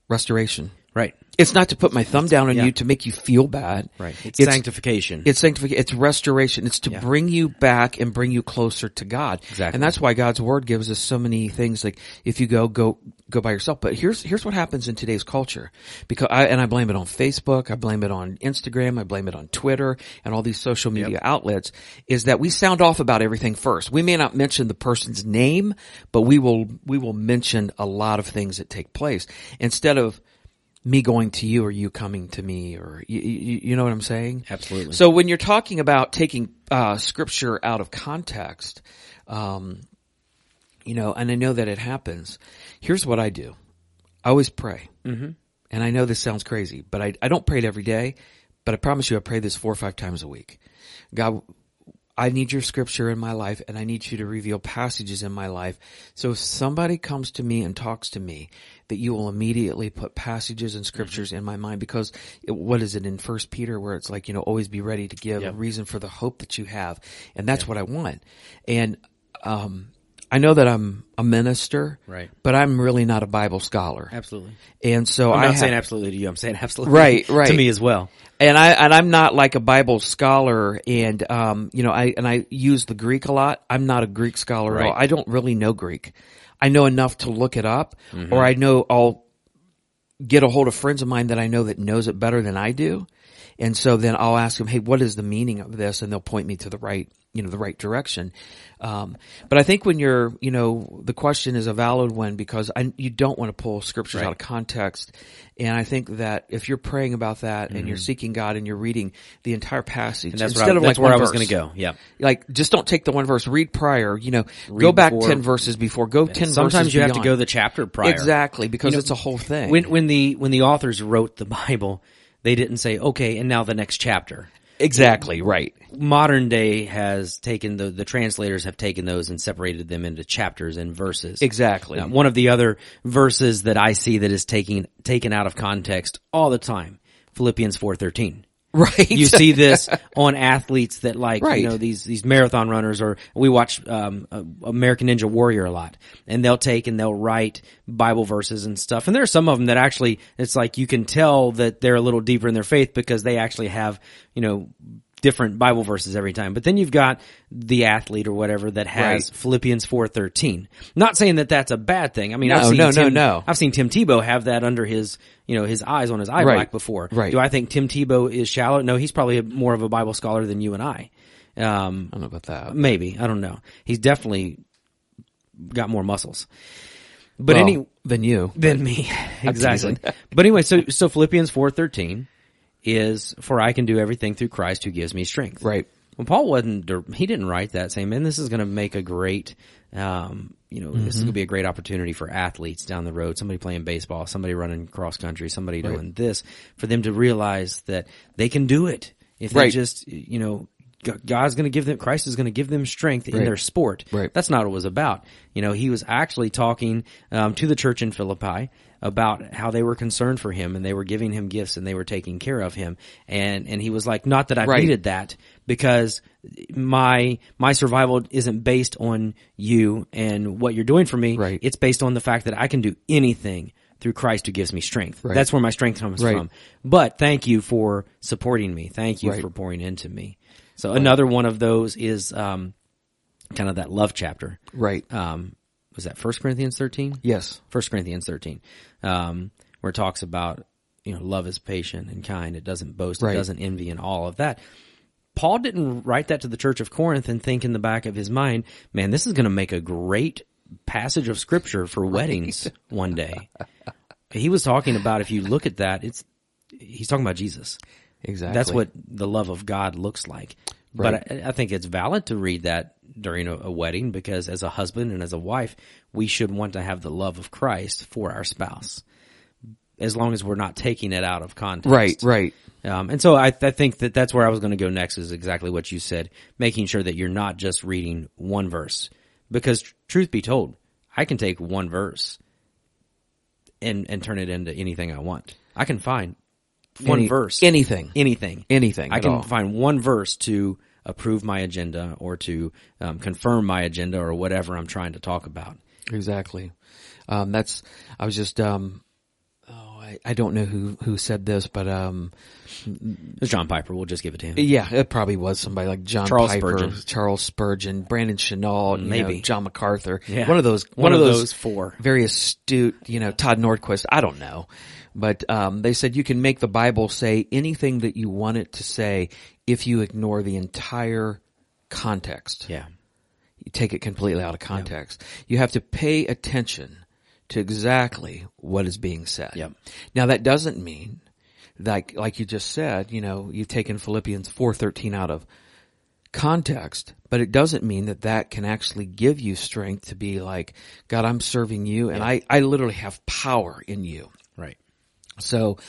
Speaker 2: Restoration.
Speaker 1: Right.
Speaker 2: It's not to put my thumb down on you to make you feel bad.
Speaker 1: Right. It's,
Speaker 2: It's, it's
Speaker 1: sanctification.
Speaker 2: it's sanctification. It's restoration. It's to bring you back and bring you closer to God.
Speaker 1: Exactly.
Speaker 2: And that's why God's word gives us so many things. Like if you go, go, go by yourself. But here's, here's what happens in today's culture. Because I, and I blame it on Facebook. I blame it on Instagram. I blame it on Twitter and all these social media outlets is that we sound off about everything first. We may not mention the person's name, but we will, we will mention a lot of things that take place instead of, me going to you or you coming to me or you, you, you know what I'm saying?
Speaker 1: Absolutely.
Speaker 2: So when you're talking about taking uh, scripture out of context, um, you know, and I know that it happens. Here's what I do: I always pray, mm-hmm. and I know this sounds crazy, but I I don't pray it every day, but I promise you, I pray this four or five times a week. God, I need your scripture in my life, and I need you to reveal passages in my life. So if somebody comes to me and talks to me, that you will immediately put passages and scriptures in my mind because it, what is it in First Peter where it's like you know always be ready to give a reason for the hope that you have, and that's what I want. And um, I know that I'm a minister,
Speaker 1: Right.
Speaker 2: But I'm really not a Bible scholar,
Speaker 1: absolutely.
Speaker 2: and so
Speaker 1: I'm
Speaker 2: I
Speaker 1: not
Speaker 2: ha-
Speaker 1: saying absolutely to you. I'm saying absolutely
Speaker 2: Right,
Speaker 1: to
Speaker 2: right.
Speaker 1: me as well.
Speaker 2: and I and I'm not like a Bible scholar, and um, you know, I and I use the Greek a lot. I'm not a Greek scholar at all.
Speaker 1: Right.
Speaker 2: I don't really know Greek. I know enough to look it up,
Speaker 1: Mm-hmm.
Speaker 2: or I know I'll get a hold of friends of mine that I know that knows it better than I do, and so then I'll ask them, "Hey, what is the meaning of this?" And they'll point me to the right, you know, the right direction. Um, but I think when you're, you know, the question is a valid one because I, you don't want to pull scriptures out of context, and I think that if you're praying about that and you're seeking God and you're reading the entire passage
Speaker 1: Mm-hmm. That's
Speaker 2: instead
Speaker 1: where I,
Speaker 2: of
Speaker 1: that's
Speaker 2: like
Speaker 1: where
Speaker 2: one
Speaker 1: I was going
Speaker 2: verse.
Speaker 1: to go. Yeah.
Speaker 2: Like, just don't take the one verse. Read prior. You know, go back
Speaker 1: before-
Speaker 2: ten verses before. Go ten.
Speaker 1: Sometimes
Speaker 2: verses
Speaker 1: you have to
Speaker 2: beyond.
Speaker 1: go the chapter prior.
Speaker 2: exactly because it's a whole thing.
Speaker 1: When when the when the authors wrote the Bible, they didn't say, "Okay, and now the next chapter."
Speaker 2: Exactly, right.
Speaker 1: modern day has taken the the translators have taken those and separated them into chapters and verses.
Speaker 2: Exactly.
Speaker 1: Now, one of the other verses that I see that is taking taken out of context all the time, Philippians 4:13.
Speaker 2: Right.
Speaker 1: You see this on athletes that like,
Speaker 2: Right.
Speaker 1: you know, these, these marathon runners or we watch, um, uh, American Ninja Warrior a lot and they'll take and they'll write Bible verses and stuff. And there are some of them that actually, it's like you can tell that they're a little deeper in their faith because they actually have, you know, different Bible verses every time. But then you've got the athlete or whatever that has
Speaker 2: Right.
Speaker 1: Philippians 4.13. Not saying that that's a bad thing. I mean, I've
Speaker 2: No,
Speaker 1: seen
Speaker 2: no, no,
Speaker 1: Tim-
Speaker 2: no.
Speaker 1: I've seen Tim Tebow have that under his, you know, his eyes on his eye
Speaker 2: Right.
Speaker 1: black before.
Speaker 2: Right.
Speaker 1: Do I think Tim Tebow is shallow? No, he's probably a- more of a Bible scholar than you and I. Um,
Speaker 2: I don't know about that.
Speaker 1: maybe I don't know. He's definitely got more muscles. But
Speaker 2: Well,
Speaker 1: any
Speaker 2: than you.
Speaker 1: than me, exactly.
Speaker 2: teasing.
Speaker 1: but anyway, so so Philippians four thirteen is for I can do everything through Christ who gives me strength.
Speaker 2: Right.
Speaker 1: Well, Paul wasn't. dir- He didn't write that saying, "Man, this is going to make a great, um, you know, this is
Speaker 2: Mm-hmm.
Speaker 1: going to be a great opportunity for athletes down the road. Somebody playing baseball, somebody running cross country, somebody doing this, for them to realize that they can do it if they
Speaker 2: Right.
Speaker 1: just, you know." G- God's going to give them, Christ is going to give them strength in
Speaker 2: Right.
Speaker 1: their sport.
Speaker 2: Right.
Speaker 1: That's not what it was about. You know, he was actually talking um, to the church in Philippi about how they were concerned for him and they were giving him gifts and they were taking care of him. And and he was like, not that I
Speaker 2: Right.
Speaker 1: needed that because my my survival isn't based on you and what you're doing for me.
Speaker 2: Right.
Speaker 1: It's based on the fact that I can do anything through Christ who gives me strength. That's where my strength comes
Speaker 2: Right.
Speaker 1: from. But thank you for supporting me. Thank you
Speaker 2: Right.
Speaker 1: for pouring into me. So another one of those is um, kind of that love chapter.
Speaker 2: Right. Uh,
Speaker 1: Um, was that First Corinthians thirteen?
Speaker 2: yes.
Speaker 1: First Corinthians thirteen, um, where it talks about you know love is patient and kind. It doesn't boast.
Speaker 2: Right.
Speaker 1: It doesn't envy, and all of that. Paul didn't write that to the church of Corinth and think in the back of his mind, man, this is going to make a great passage of scripture for weddings one day. He was talking about if you look at that, it's he's talking about Jesus.
Speaker 2: Exactly.
Speaker 1: That's what the love of God looks like. But I, I think it's valid to read that during a, a wedding because as a husband and as a wife, we should want to have the love of Christ for our spouse as long as we're not taking it out of context.
Speaker 2: Right, right.
Speaker 1: Um, and so I, I think that that's where I was going to go next is exactly what you said, making sure that you're not just reading one verse because tr- truth be told, I can take one verse and, and turn it into anything I want. I can find one
Speaker 2: Any-
Speaker 1: verse
Speaker 2: Anything.
Speaker 1: anything,
Speaker 2: Anything
Speaker 1: I
Speaker 2: at
Speaker 1: can
Speaker 2: all.
Speaker 1: find one verse to approve my agenda or to um, confirm my agenda or whatever I'm trying to talk about.
Speaker 2: Exactly. Um, that's, I was just, um, oh, I, I don't know who, who said this, but, um,
Speaker 1: It's John Piper. We'll just give it to him.
Speaker 2: yeah, it probably was somebody like John
Speaker 1: Charles
Speaker 2: Piper,
Speaker 1: Spurgeon.
Speaker 2: Charles Spurgeon, Brandon Chenault, you know,
Speaker 1: Maybe.
Speaker 2: John MacArthur.
Speaker 1: Yeah.
Speaker 2: One of those,
Speaker 1: One of those four.
Speaker 2: Very astute, you know, Todd Nordquist. I don't know. But, um, they said you can make the Bible say anything that you want it to say if you ignore the entire context.
Speaker 1: yeah.
Speaker 2: you take it completely out of context. You have to pay attention to exactly what is being said.
Speaker 1: Yep.
Speaker 2: Now that doesn't mean like like you just said, you know, you've taken Philippians 4:13 out of context, but it doesn't mean that that can actually give you strength to be like, God, I'm serving you and I I literally have power in you.
Speaker 1: Right.
Speaker 2: So,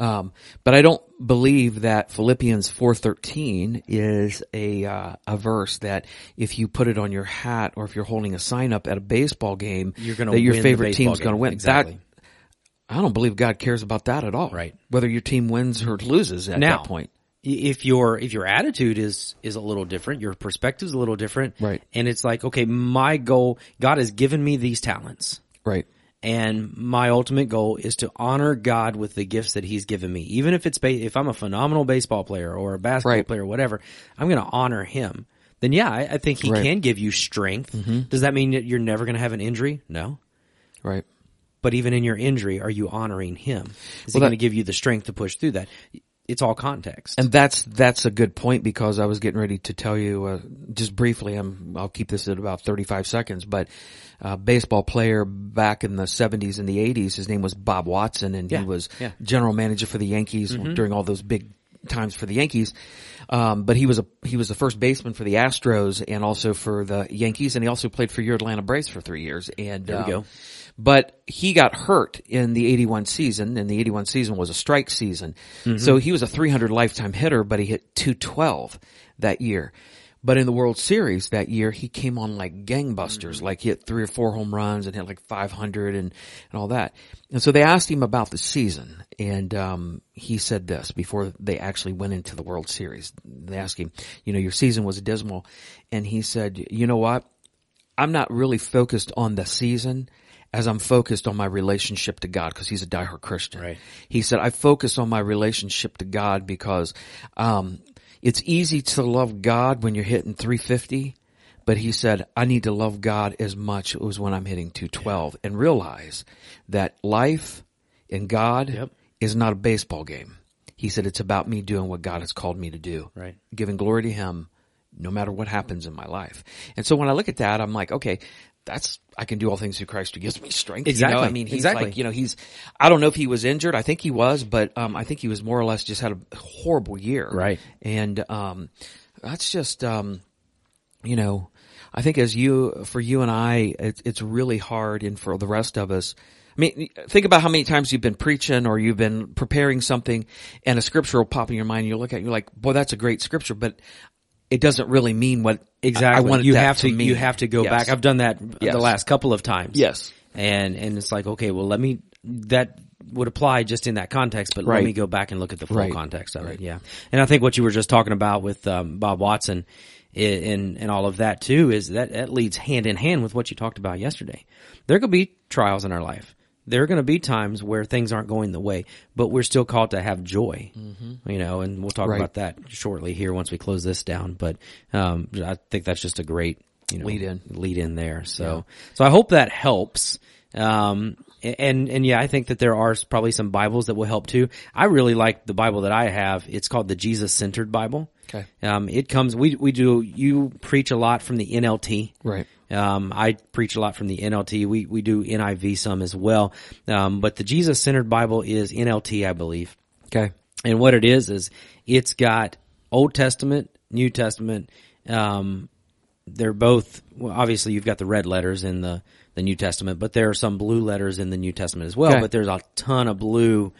Speaker 2: um, but I don't believe that Philippians four thirteen is a uh, a verse that if you put it on your hat or if you're holding a sign up at a baseball game,
Speaker 1: You're gonna
Speaker 2: that your
Speaker 1: win the
Speaker 2: favorite
Speaker 1: baseball
Speaker 2: team's going to
Speaker 1: game.
Speaker 2: win.
Speaker 1: Exactly.
Speaker 2: That I don't believe God cares about that at all.
Speaker 1: Right.
Speaker 2: Whether your team wins or loses at
Speaker 1: now,
Speaker 2: that point.
Speaker 1: i- If your if your attitude is is a little different, your perspective's a little different,
Speaker 2: Right.
Speaker 1: And it's like, okay, my goal, God has given me these talents.
Speaker 2: Right.
Speaker 1: and my ultimate goal is to honor God with the gifts that He's given me. Even if it's ba- if I'm a phenomenal baseball player or a basketball
Speaker 2: Right.
Speaker 1: player, or whatever, I'm going to honor Him. Then yeah, I, I think He
Speaker 2: Right. Mm-hmm.
Speaker 1: can give you strength. Does that mean that you're never going to have an injury? No.
Speaker 2: Right.
Speaker 1: But even in your injury, are you honoring Him? Is He
Speaker 2: Well, that-
Speaker 1: going to give you the strength to push through that? It's all context.
Speaker 2: And that's that's a good point because I was getting ready to tell you uh, just briefly. I'm I'll keep this at about 35 seconds, but uh, baseball player back in the 70s and the 80s, his name was Bob Watson, and
Speaker 1: Yeah,
Speaker 2: he was
Speaker 1: yeah. Mm-hmm.
Speaker 2: general manager for the Yankees during all those big times for the Yankees. Um, but he was a he was the first baseman for the Astros and also for the Yankees, and he also played for your Atlanta Braves for three years. And
Speaker 1: There we
Speaker 2: um,
Speaker 1: go.
Speaker 2: But he got hurt in the 81 season and the 81 season was a strike season.
Speaker 1: Mm-hmm.
Speaker 2: So he was a 300 lifetime hitter, but he hit 212 that year. But in the World Series that year, he came on like gangbusters, like he hit three or four home runs and hit like 500 and, and all that. And so they asked him about the season and, um, he said this before they actually went into the World Series. They asked him, you know, your season was dismal. And he said, you know what? I'm not really focused on the season as I'm focused on my relationship to God because he's a diehard Christian.
Speaker 1: Right.
Speaker 2: He said, I focus on my relationship to God because, um, it's easy to love God when you're hitting 350, but he said, I need to love God as much as when I'm hitting 212 and realize that life and God
Speaker 1: Yep.
Speaker 2: is not a baseball game. He said, it's about me doing what God has called me to do
Speaker 1: Right.
Speaker 2: giving glory to him no matter what happens in my life. And so when I look at that, I'm like, okay, that's, I can do all things through Christ who gives me strength. You know,
Speaker 1: Exactly.
Speaker 2: I mean, he's
Speaker 1: Exactly.
Speaker 2: like, you know, he's, I don't know if he was injured. I think he was, but, um, I think he was more or less just had a horrible year.
Speaker 1: Right.
Speaker 2: And, um, that's just, um, you know, I think as you, for you and I, it, it's really hard and for the rest of us. I mean, think about how many times you've been preaching or you've been preparing something and a scripture will pop in your mind and you look at it and you're like, boy, that's a great scripture, but it doesn't really mean what
Speaker 1: Exactly.
Speaker 2: I, I wanted
Speaker 1: you
Speaker 2: that
Speaker 1: have
Speaker 2: to,
Speaker 1: to,
Speaker 2: mean.
Speaker 1: you have to go
Speaker 2: Yes.
Speaker 1: back. I've done that
Speaker 2: Yes.
Speaker 1: the last couple of times.
Speaker 2: Yes.
Speaker 1: And and it's like, okay, well let me that would apply just in that context, but let
Speaker 2: Right.
Speaker 1: me go back and look at the full
Speaker 2: Right.
Speaker 1: context of it. Yeah. And I think what you were just talking about with um, Bob Watson i- and and all of that too is that that leads hand in hand with what you talked about yesterday. There could be trials in our life. There are going to be times where things aren't going the way, but we're still called to have joy, you know, and we'll talk
Speaker 2: Mm-hmm. Right.
Speaker 1: about that shortly here once we close this down. But, um, I think that's just a great, you know,
Speaker 2: Lead in.
Speaker 1: lead in there. So, so I hope that helps. Um, and, and yeah, I think that there are probably some Bibles that will help too. I really like the Bible that I have. It's called the Jesus centered Bible.
Speaker 2: Okay.
Speaker 1: Um, it comes, we, we do, you preach a lot from the NLT.
Speaker 2: Right.
Speaker 1: Um, I preach a lot from the NLT. We, we do NIV some as well. Um, but the Jesus centered Bible is NLT, I believe.
Speaker 2: Okay.
Speaker 1: And what it is is it's got Old Testament, New Testament. Um, they're both well, obviously you've got the red letters in the the New Testament, but there are some blue letters in the New Testament as well.
Speaker 2: Okay.
Speaker 1: But there's a ton of blue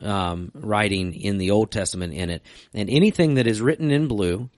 Speaker 1: um, writing in the Old Testament in it, and anything that is written in blue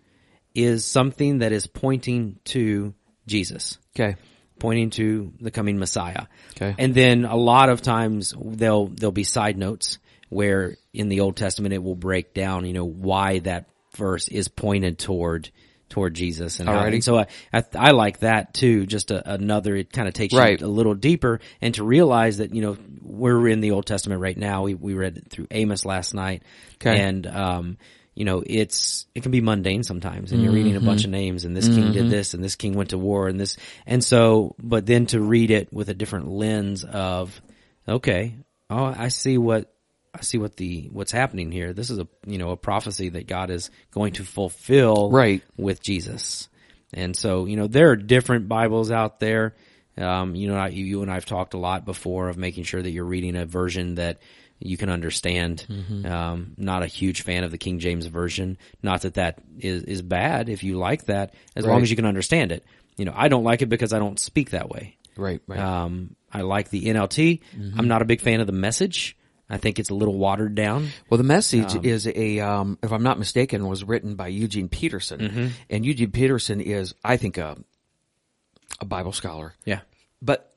Speaker 1: is something that is pointing to Jesus
Speaker 2: Okay.
Speaker 1: pointing to the coming Messiah.
Speaker 2: Okay.
Speaker 1: And then a lot of times they'll there'll be side notes where in the Old Testament it will break down, you know, why that verse is pointed toward toward Jesus and, how,
Speaker 2: Alrighty.
Speaker 1: and so I, I I like that too. Just a, another it kind of takes
Speaker 2: Right.
Speaker 1: you a little deeper and to realize that you know we're in the Old Testament right now. We we read it through Amos last night,
Speaker 2: Okay.
Speaker 1: and um, you know it's it can be mundane sometimes, and you're reading a bunch of names, and this king did this, and this king went to war, and this, and so, but then to read it with a different lens of, okay, oh, I see what. I see what the what's happening here. This is a you know a prophecy that God is going to fulfill
Speaker 2: Right.
Speaker 1: with Jesus. And so, you know, there are different Bibles out there. Um, you know, I, you, you and I've talked a lot before of making sure that you're reading a version that you can understand. Um, not a huge fan of the King James version. Not that that is, is bad if you like that, as long
Speaker 2: Right.
Speaker 1: as you can understand it. You know, I don't like it because I don't speak that way.
Speaker 2: Right. Right.
Speaker 1: Um, I like the NLT. I'm not a big fan of the message. I think it's a little watered down.
Speaker 2: Well, the message is a, um, if I'm not mistaken, was written by Eugene Peterson,
Speaker 1: Mm-hmm.
Speaker 2: and Eugene Peterson is, I think, a a Bible scholar.
Speaker 1: Yeah.
Speaker 2: But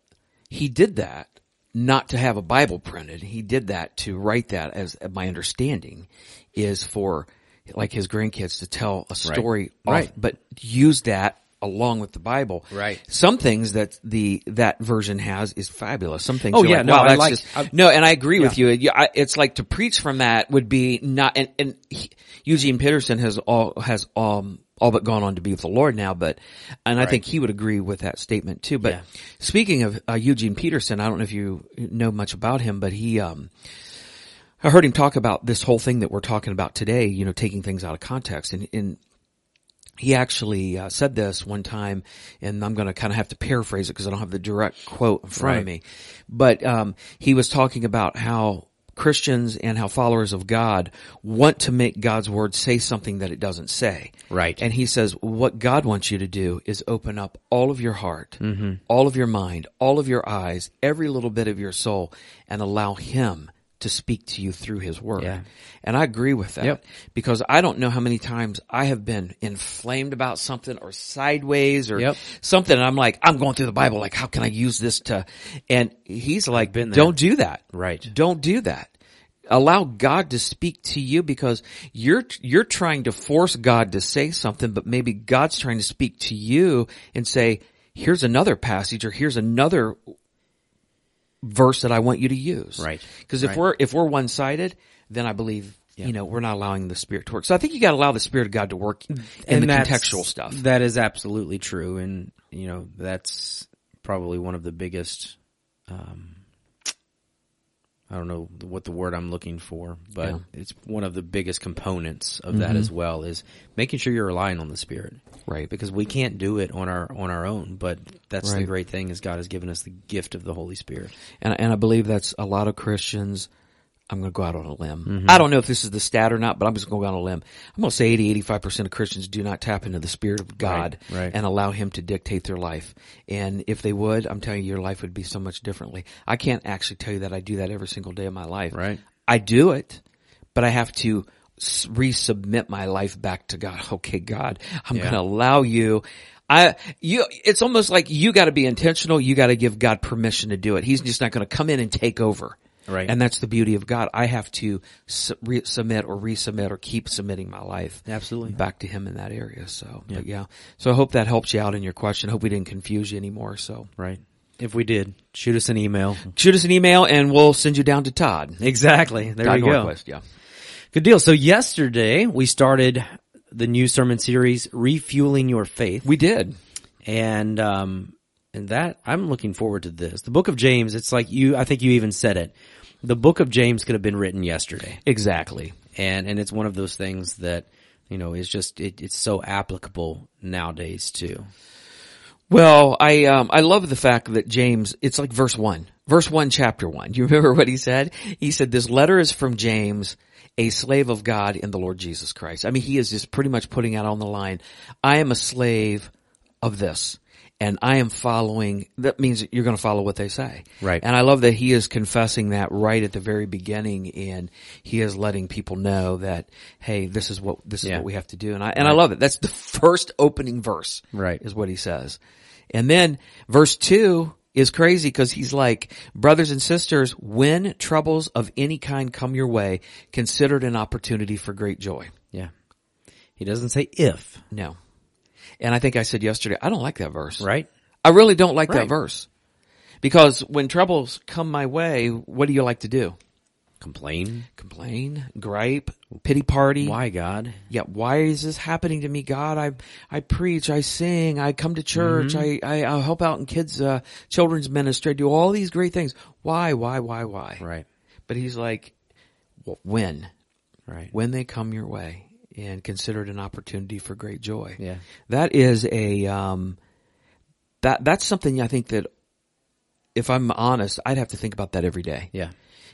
Speaker 2: he did that not to have a Bible printed. He did that to write that as my understanding is for like his grandkids to tell a story, off-
Speaker 1: Right.
Speaker 2: but use that along with the Bible.
Speaker 1: Right.
Speaker 2: Some things that the, that version has is fabulous. Some things
Speaker 1: Oh,
Speaker 2: you're
Speaker 1: yeah,
Speaker 2: like,
Speaker 1: no,
Speaker 2: wow,
Speaker 1: I
Speaker 2: that's
Speaker 1: like-
Speaker 2: just-
Speaker 1: I-
Speaker 2: no, and I agree with you. You- I- It's like to preach from that would be not. And, and he, Eugene Peterson has all has um all but gone on to be with the Lord now. But and I think he would agree with that statement too. But
Speaker 1: Yeah.
Speaker 2: speaking of uh, Eugene Peterson, I don't know if you know much about him, but he um I heard him talk about this whole thing that we're talking about today. You know, taking things out of context and. and he actually uh, said this one time, and I'm going to kind of have to paraphrase it because I don't have the direct quote in front
Speaker 1: Right.
Speaker 2: of me. But um, he was talking about how Christians and how followers of God want to make God's word say something that it doesn't say.
Speaker 1: Right.
Speaker 2: And he says, what God wants you to do is open up all of your heart,
Speaker 1: Mm-hmm.
Speaker 2: all of your mind, all of your eyes, every little bit of your soul and allow him to speak to you through his word.
Speaker 1: Yeah.
Speaker 2: And I agree with that
Speaker 1: Yep.
Speaker 2: because I don't know how many times I have been inflamed about something or sideways or
Speaker 1: Yep.
Speaker 2: something. And I'm like, I'm going through the Bible. Like, how can I use this to, and he's like,
Speaker 1: been there.
Speaker 2: don't do that.
Speaker 1: Right.
Speaker 2: Don't do that. Allow God to speak to you because you're, you're trying to force God to say something, but maybe God's trying to speak to you and say, here's another passage or here's another verse that I want you to use.
Speaker 1: Right.
Speaker 2: Because if
Speaker 1: Right.
Speaker 2: we're if we're one sided, then I believe you know we're not allowing the spirit to work. So I think you got to allow the spirit of God to work in the
Speaker 1: Mm. that's-
Speaker 2: contextual stuff.
Speaker 1: That is absolutely true, and you know that's probably one of the biggest. Um, I don't know what the word I'm looking for, but
Speaker 2: Yeah. Mm-hmm.
Speaker 1: it's one of the biggest components of that as well is making sure you're relying on the Spirit,
Speaker 2: Right.
Speaker 1: Because we can't do it on our on our own. But that's the
Speaker 2: Right.
Speaker 1: great thing is God has given us the gift of the Holy Spirit.
Speaker 2: and and I believe that's a lot of Christians. I'm going to go out on a limb.
Speaker 1: Mm-hmm.
Speaker 2: I don't know if this is the stat or not, but I'm just going to go out on a limb. I'm going to say 80, 85% of Christians do not tap into the Spirit of God
Speaker 1: right.
Speaker 2: and allow Him to dictate their life. And if they would, I'm telling you, your life would be so much differently. I can't actually tell you that I do that every single day of my life.
Speaker 1: Right.
Speaker 2: I do it, but I have to s- resubmit my life back to God. Okay, God, I'm going to allow you. I, you, it's almost like you got to be intentional. You got to give God permission to do it. He's just not going to come in and take over.
Speaker 1: Right.
Speaker 2: And that's the beauty of God. I have to su- re- submit or resubmit or keep submitting my life
Speaker 1: Absolutely.
Speaker 2: back to Him in that area. So, yeah. But yeah. So I hope that helps you out in your question. Hope we didn't confuse you anymore. So
Speaker 1: Right. If we did, shoot us an email.
Speaker 2: shoot us an email and we'll send you down to Todd.
Speaker 1: Exactly. There
Speaker 2: Todd
Speaker 1: you go.
Speaker 2: Norquist. Yeah.
Speaker 1: Good deal. So yesterday we started the new sermon series, Refueling Your Faith.
Speaker 2: We did.
Speaker 1: and um and that I'm looking forward to this. The book of James, it's like you I think you even said it. The book of James could have been written yesterday.
Speaker 2: Exactly.
Speaker 1: And and it's one of those things that, you know, is just it, it's so applicable nowadays too.
Speaker 2: Well, I um, I love the fact that James. It's like verse one, verse one, chapter one. You remember what he said? He said, "This letter is from James, a slave of God and the Lord Jesus Christ." I mean, he is just pretty much putting out on the line, "I am a slave of this." And I am following, that means that you're going to follow what they say.
Speaker 1: Right.
Speaker 2: And I love that he is confessing that right at the very beginning and he is letting people know that, hey, this is what, this is
Speaker 1: Yeah.
Speaker 2: what we have to do. And I, and I love it. That's the first opening verse
Speaker 1: Right.
Speaker 2: is what he says. And then verse two is crazy because he's like, brothers and sisters, when troubles of any kind come your way, consider it an opportunity for great joy.
Speaker 1: Yeah. He doesn't say if,
Speaker 2: No. And I think I said yesterday, I don't like that verse.
Speaker 1: right?
Speaker 2: I really don't like that
Speaker 1: Right.
Speaker 2: verse because when troubles come my way, what do you like to do?
Speaker 1: Complain.
Speaker 2: Complain, gripe, pity party.
Speaker 1: Why God?
Speaker 2: Yeah, why is this happening to me, God? I I preach, I sing, I come to church,
Speaker 1: Mm-hmm.
Speaker 2: I, I I help out in kids uh, children's ministry, I do all these great things. Why, why, why, why?
Speaker 1: Right.
Speaker 2: But he's like, well, when,
Speaker 1: Right.
Speaker 2: when they come your way, and consider it an opportunity for great joy.
Speaker 1: Yeah.
Speaker 2: that is a um, that that's something I think that if I'm honest, I'd have to think about that every day
Speaker 1: Yeah.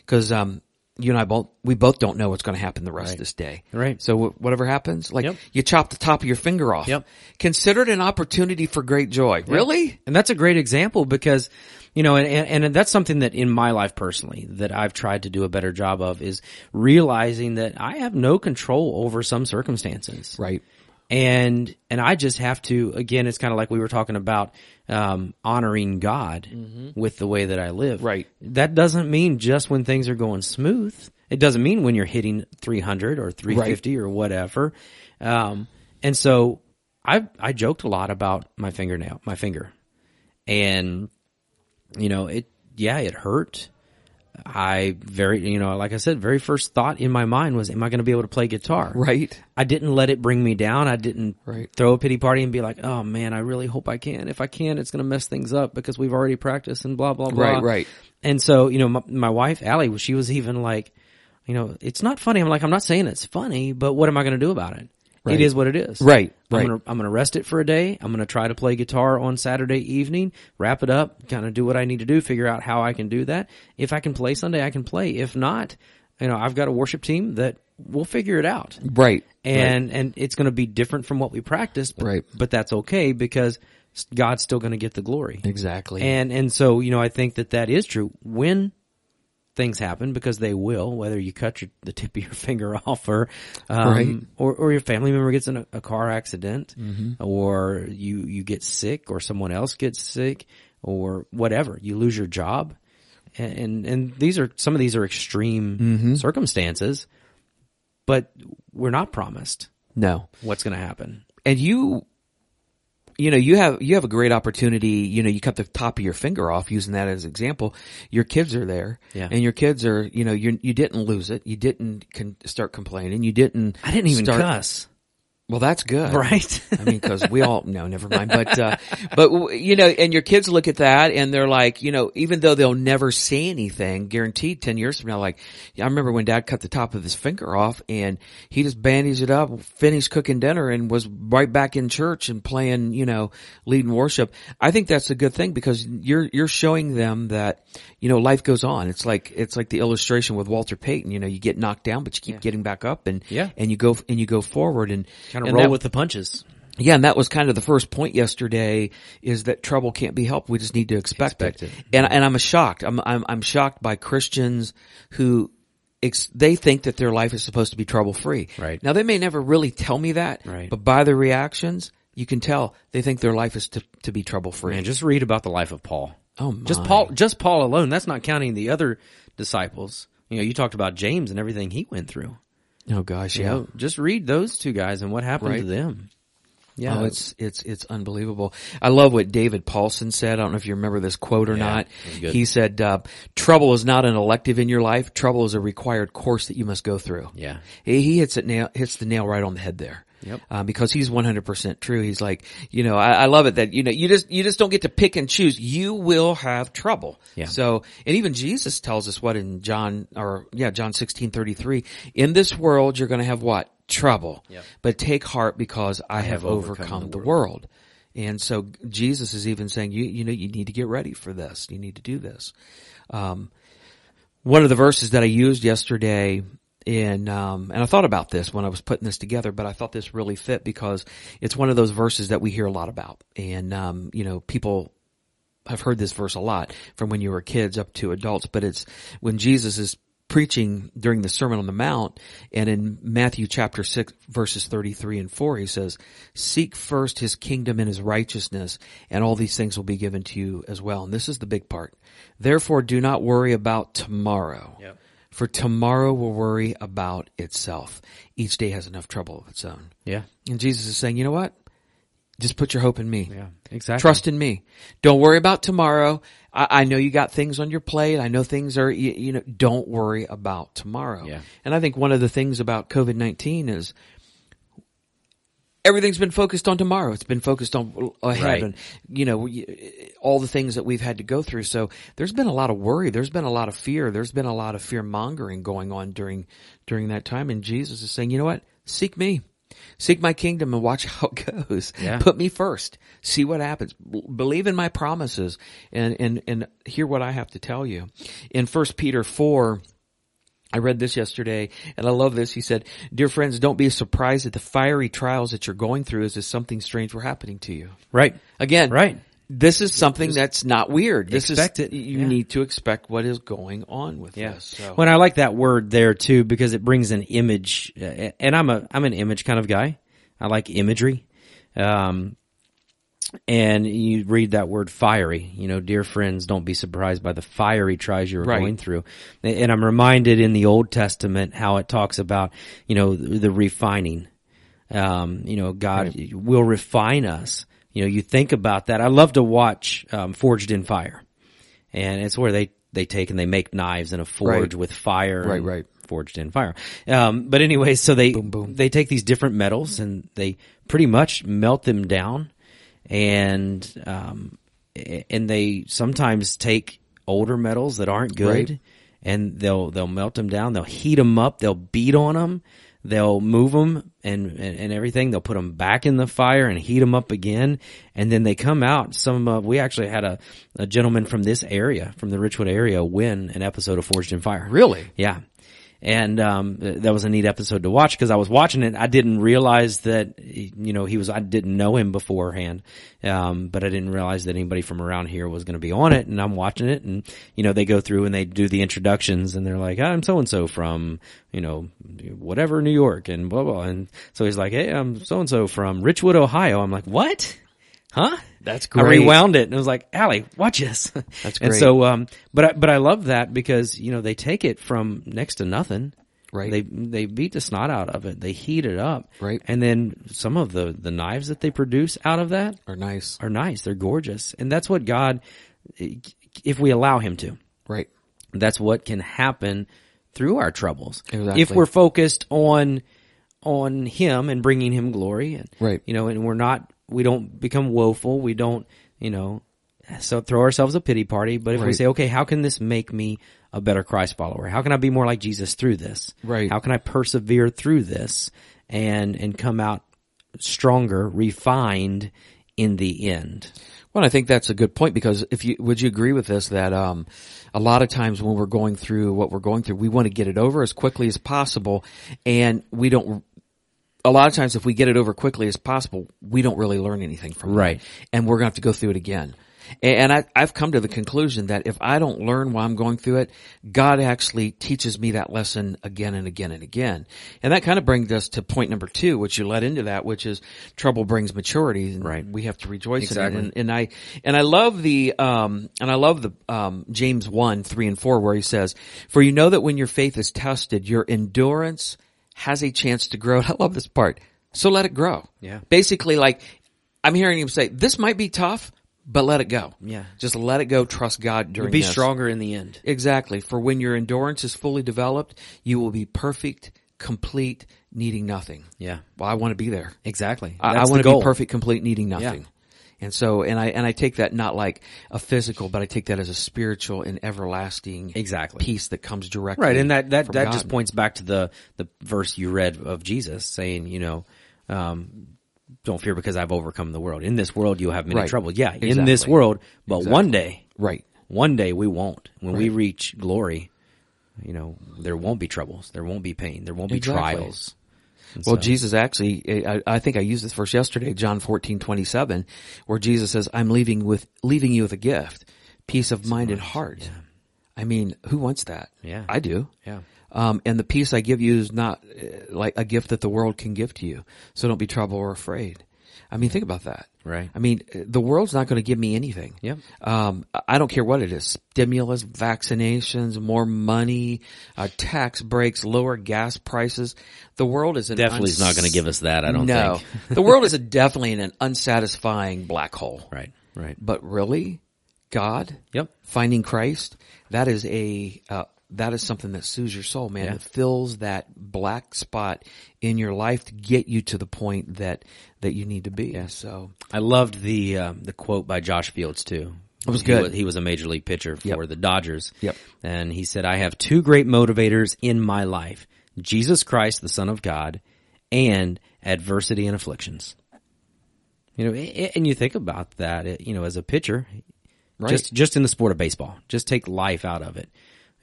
Speaker 2: because um, you and I both we both don't know what's going to happen the rest of this day.
Speaker 1: Right.
Speaker 2: So w- whatever happens, like
Speaker 1: Yep.
Speaker 2: you chop the top of your finger off.
Speaker 1: Yep.
Speaker 2: Consider it an opportunity for great joy. Really?
Speaker 1: And that's a great example because, you know, and, and, and that's something that in my life personally that I've tried to do a better job of is realizing that I have no control over some circumstances.
Speaker 2: Right.
Speaker 1: And, and I just have to, again, it's kind of like we were talking about, um, honoring God with the way that I live.
Speaker 2: Right.
Speaker 1: That doesn't mean just when things are going smooth. It doesn't mean when you're hitting 300 or 350 or whatever. Um, and so I, I joked a lot about my fingernail, my finger and you know it yeah it hurt i very you know like i said very first thought in my mind was am i going to be able to play guitar
Speaker 2: Right.
Speaker 1: i didn't let it bring me down i didn't
Speaker 2: Right.
Speaker 1: throw a pity party and be like oh man i really hope i can if i can it's going to mess things up because we've already practiced and blah blah blah
Speaker 2: Right, right.
Speaker 1: and so you know my, my wife allie she was even like you know it's not funny i'm like i'm not saying it's funny but what am i going to do about it It is what it is.
Speaker 2: Right,
Speaker 1: I'm
Speaker 2: right.
Speaker 1: gonna I'm gonna rest it for a day. I'm gonna try to play guitar on Saturday evening, wrap it up, kind of do what I need to do, figure out how I can do that. If I can play Sunday, I can play. If not, you know, I've got a worship team that will figure it out.
Speaker 2: Right.
Speaker 1: And and it's gonna be different from what we practiced, but,
Speaker 2: Right.
Speaker 1: but that's okay because s- God's still gonna get the glory.
Speaker 2: Exactly.
Speaker 1: And and so you know, I think that that is true. When things happen, because they will, whether you cut your, the tip of your finger off, or um,
Speaker 2: Right.
Speaker 1: or or your family member gets in a, a car accident, or you you get sick, or someone else gets sick, or whatever, you lose your job, and and, and these are some of these are extreme circumstances, but we're not promised
Speaker 2: no.
Speaker 1: what's going to happen.
Speaker 2: and you you know you have you have a great opportunity you know you cut the top of your finger off using that as an example your kids are there
Speaker 1: Yeah.
Speaker 2: and your kids are you know you you didn't lose it you didn't con- start complaining you didn't
Speaker 1: I didn't even
Speaker 2: start-
Speaker 1: cuss,
Speaker 2: well that's good
Speaker 1: right?
Speaker 2: I mean, because we all no, never mind. But uh, but w- you know, and your kids look at that and they're like, you know, even though they'll never see anything, guaranteed, ten years from now, like I remember when Dad cut the top of his finger off and he just bandaged it up, finished cooking dinner, and was right back in church and playing, you know, leading worship. I think that's a good thing because you're you're showing them that you know life goes on. It's like it's like the illustration with Walter Payton. You know, you get knocked down, but you keep getting back up and
Speaker 1: Yeah.
Speaker 2: and you go and you go forward and
Speaker 1: kind of
Speaker 2: and
Speaker 1: roll
Speaker 2: that-
Speaker 1: with the punches.
Speaker 2: yeah, and that was kind of the first point yesterday is that trouble can't be helped. We just need to expect,
Speaker 1: Expect
Speaker 2: it.
Speaker 1: it.
Speaker 2: And and I'm shocked. I'm I'm I'm shocked by Christians who ex- they think that their life is supposed to be trouble free.
Speaker 1: Right.
Speaker 2: Now they may never really tell me that,
Speaker 1: Right.
Speaker 2: but by their reactions, you can tell they think their life is to, to be trouble free.
Speaker 1: Man, just read about the life of Paul.
Speaker 2: Oh, my.
Speaker 1: just Paul, just Paul alone. That's not counting the other disciples. You know, you talked about James and everything he went through.
Speaker 2: Oh gosh,
Speaker 1: You
Speaker 2: yeah.
Speaker 1: know, just read those two guys and what happened to
Speaker 2: Right.
Speaker 1: them. Yeah,
Speaker 2: Oh, it's it's it's unbelievable. I love what David Paulson said. I don't know if you remember this quote or not.
Speaker 1: was good.
Speaker 2: He said, uh, "Trouble is not an elective in your life. Trouble is a required course that you must go through."
Speaker 1: Yeah.
Speaker 2: he, he hits it nail hits the nail right on the head there.
Speaker 1: Yep.
Speaker 2: Uh, because he's one hundred percent true. He's like, you know, I, I love it that you know you just you just don't get to pick and choose. You will have trouble.
Speaker 1: Yeah.
Speaker 2: So, and even Jesus tells us what in John or yeah, John 16:33, in this world you're going to have what? Trouble. But take heart because I, have, overcome, the, world. And so Jesus is even saying you you know you need to get ready for this. You need to do this. Um one of the verses that I used yesterday in um, and I thought about this when I was putting this together, but I thought this really fit because it's one of those verses that we hear a lot about, and um, you know people I've heard this verse a lot from when you were kids up to adults, but it's when Jesus is preaching during the Sermon on the Mount and in Matthew chapter 6 verses 33 and 4, he says, seek first his kingdom and his righteousness and all these things will be given to you as well. And this is the big part. Therefore do not worry about tomorrow.
Speaker 1: Yep.
Speaker 2: For tomorrow will worry about itself. Each day has enough trouble of its own.
Speaker 1: yeah,
Speaker 2: And Jesus is saying, you know what? Just put your hope in me.
Speaker 1: yeah, exactly.
Speaker 2: Trust in me. Don't worry about tomorrow. I, I know you got things on your plate. I know things are, you, you know, don't worry about tomorrow.
Speaker 1: Yeah.
Speaker 2: And I think one of the things about COVID-19 is everything's been focused on tomorrow. It's been focused on ahead
Speaker 1: Right.
Speaker 2: and, you know, we- all the things that we've had to go through. So there's been a lot of worry. There's been a lot of fear. There's been a lot of fear mongering going on during, during that time. And Jesus is saying, you know what? Seek me. Seek my kingdom and watch how it goes.
Speaker 1: Yeah.
Speaker 2: Put me first. See what happens. B- believe in my promises and, and, and hear what I have to tell you. In first Peter four, I read this yesterday and I love this. He said, Dear friends, don't be surprised at the fiery trials that you're going through as if something strange were happening to you.
Speaker 1: Right,
Speaker 2: Again,
Speaker 1: Right.
Speaker 2: This is something that's not weird. This
Speaker 1: Expect
Speaker 2: is
Speaker 1: it.
Speaker 2: you
Speaker 1: Yeah.
Speaker 2: need to expect what is going on with
Speaker 1: Yeah.
Speaker 2: this. So.
Speaker 1: Well, and I like that word there too because it brings an image, uh, and I'm a I'm an image kind of guy. I like imagery, um, and you read that word fiery. You know, dear friends, don't be surprised by the fiery tries you're
Speaker 2: Right.
Speaker 1: going through. And and I'm reminded in the Old Testament how it talks about you know the the refining. Um, you know, God will refine us. You know, you think about that. I love to watch um, Forged in Fire and it's where they they take and they make knives in a forge
Speaker 2: Right.
Speaker 1: with fire,
Speaker 2: Right,
Speaker 1: and
Speaker 2: right.
Speaker 1: forged in fire. Um, but anyway, so they they take these different metals and they pretty much melt them down, and um, a- and they sometimes take older metals that aren't good,
Speaker 2: Right.
Speaker 1: and they'll they'll melt them down, they'll heat them up, they'll beat on them, They'll move them and, and, and everything. They'll put them back in the fire and heat them up again. And then they come out. Some, uh, we actually had a, a gentleman from this area, from the Richwood area, win an episode of Forged in Fire.
Speaker 2: Really?
Speaker 1: Yeah. And, um, th- that was a neat episode to watch because I was watching it. I didn't realize that, you know, he was, I didn't know him beforehand. Um, but I didn't realize that anybody from around here was going to be on it and I'm watching it and, you know, they go through and they do the introductions and they're like, I'm so and so from, you know, whatever New York and blah, blah. And so he's like, Hey, I'm so and so from Richwood, Ohio. I'm like, what? Huh?
Speaker 2: That's
Speaker 1: I
Speaker 2: great.
Speaker 1: rewound it and it was like, Allie, watch this.
Speaker 2: That's
Speaker 1: And
Speaker 2: great.
Speaker 1: so, um, but I, but I love that because, you know, they take it from next to nothing.
Speaker 2: Right.
Speaker 1: They, they beat the snot out of it. They heat it up.
Speaker 2: Right.
Speaker 1: And then some of the, the knives that they produce out of that
Speaker 2: Or nice.
Speaker 1: are nice. They're gorgeous. And that's what God, if we allow him to,
Speaker 2: Right.
Speaker 1: that's what can happen through our troubles.
Speaker 2: Exactly.
Speaker 1: If we're focused on, on him and bringing him glory and,
Speaker 2: Right.
Speaker 1: you know, and we're not, we don't become woeful. We don't, you know, so throw ourselves a pity party. But if we
Speaker 2: Right.
Speaker 1: say, okay, how can this make me a better Christ follower? How can I be more like Jesus through this?
Speaker 2: Right.
Speaker 1: How can I persevere through this and, and come out stronger, refined in the end?
Speaker 2: Well, I think that's a good point because if you would you agree with this that um, a lot of times when we're going through what we're going through, we want to get it over as quickly as possible, and we don't. A lot of times, if we get it over quickly as possible, we don't really learn anything from it,
Speaker 1: Right.
Speaker 2: and we're going to have to go through it again. A- And I, I've come to the conclusion that if I don't learn while I'm going through it, God actually teaches me that lesson again and again and again. And that kind of brings us to point number two, which you led into that, which is trouble brings maturity. and
Speaker 1: Right.
Speaker 2: We have to rejoice
Speaker 1: Exactly.
Speaker 2: in it. And, and I and I love the um and I love the um James one three and four where he says, "For you know that when your faith is tested, your endurance has a chance to grow." I love this part. So let it grow.
Speaker 1: Yeah.
Speaker 2: Basically, like I'm hearing him say, "This might be tough, but let it go."
Speaker 1: Yeah.
Speaker 2: Just let it go. Trust God during.
Speaker 1: Be
Speaker 2: this.
Speaker 1: stronger in the end.
Speaker 2: Exactly. For when your endurance is fully developed, you will be perfect, complete, needing nothing.
Speaker 1: Yeah.
Speaker 2: Well, I want to be there.
Speaker 1: Exactly.
Speaker 2: I,
Speaker 1: That's the
Speaker 2: want to
Speaker 1: goal.
Speaker 2: be perfect, complete, needing nothing. And so, and I, and I take that not like a physical, but I take that as a spiritual and everlasting
Speaker 1: Exactly.
Speaker 2: peace that comes directly.
Speaker 1: Right, and that that
Speaker 2: from
Speaker 1: that
Speaker 2: God.
Speaker 1: just points back to the the verse you read of Jesus saying, you know, um, don't fear because I've overcome the world. In this world, you'll have many
Speaker 2: Right.
Speaker 1: troubles. Yeah, in
Speaker 2: Exactly.
Speaker 1: this world, but one day,
Speaker 2: Right.
Speaker 1: one day we won't. When we reach glory, you know, there won't be troubles. There won't be pain. There won't be
Speaker 2: Exactly.
Speaker 1: trials. And
Speaker 2: Well,
Speaker 1: so-
Speaker 2: Jesus actually, eh, I, I think I used this verse yesterday, John fourteen twenty seven, where Jesus says, I'm leaving with, leaving you with a gift, peace of mind and heart. I mean, who wants that?
Speaker 1: Yeah.
Speaker 2: I do.
Speaker 1: Yeah.
Speaker 2: Um, and the peace I give you is not uh, like a gift that the world can give to you. So don't be troubled or afraid. I mean, think about that.
Speaker 1: Right.
Speaker 2: I mean, uh, the world's not going to give me anything.
Speaker 1: Yep.
Speaker 2: Um, I- I don't care what it is. Stimulus, vaccinations, more money, uh, tax breaks, lower gas prices. The world is an
Speaker 1: definitely is not going to
Speaker 2: uns-
Speaker 1: give us that. I don't
Speaker 2: no.
Speaker 1: think.
Speaker 2: the world is a, definitely in an unsatisfying black hole.
Speaker 1: Right. Right.
Speaker 2: But really, God,
Speaker 1: Yep.
Speaker 2: finding Christ, that is a uh, that is something that soothes your soul, man. It fills that black spot in your life to get you to the point that that you need to be. So
Speaker 1: I loved the um, the quote by Josh Fields too. It
Speaker 2: was good.
Speaker 1: He was, he was a major league pitcher for the Dodgers.
Speaker 2: Yep.
Speaker 1: And he said, "I have two great motivators in my life: Jesus Christ, the Son of God, and adversity and afflictions." You know, a- a- and you think about that. it- You know, as a pitcher,
Speaker 2: Right.
Speaker 1: just just in the sport of baseball, just take life out of it.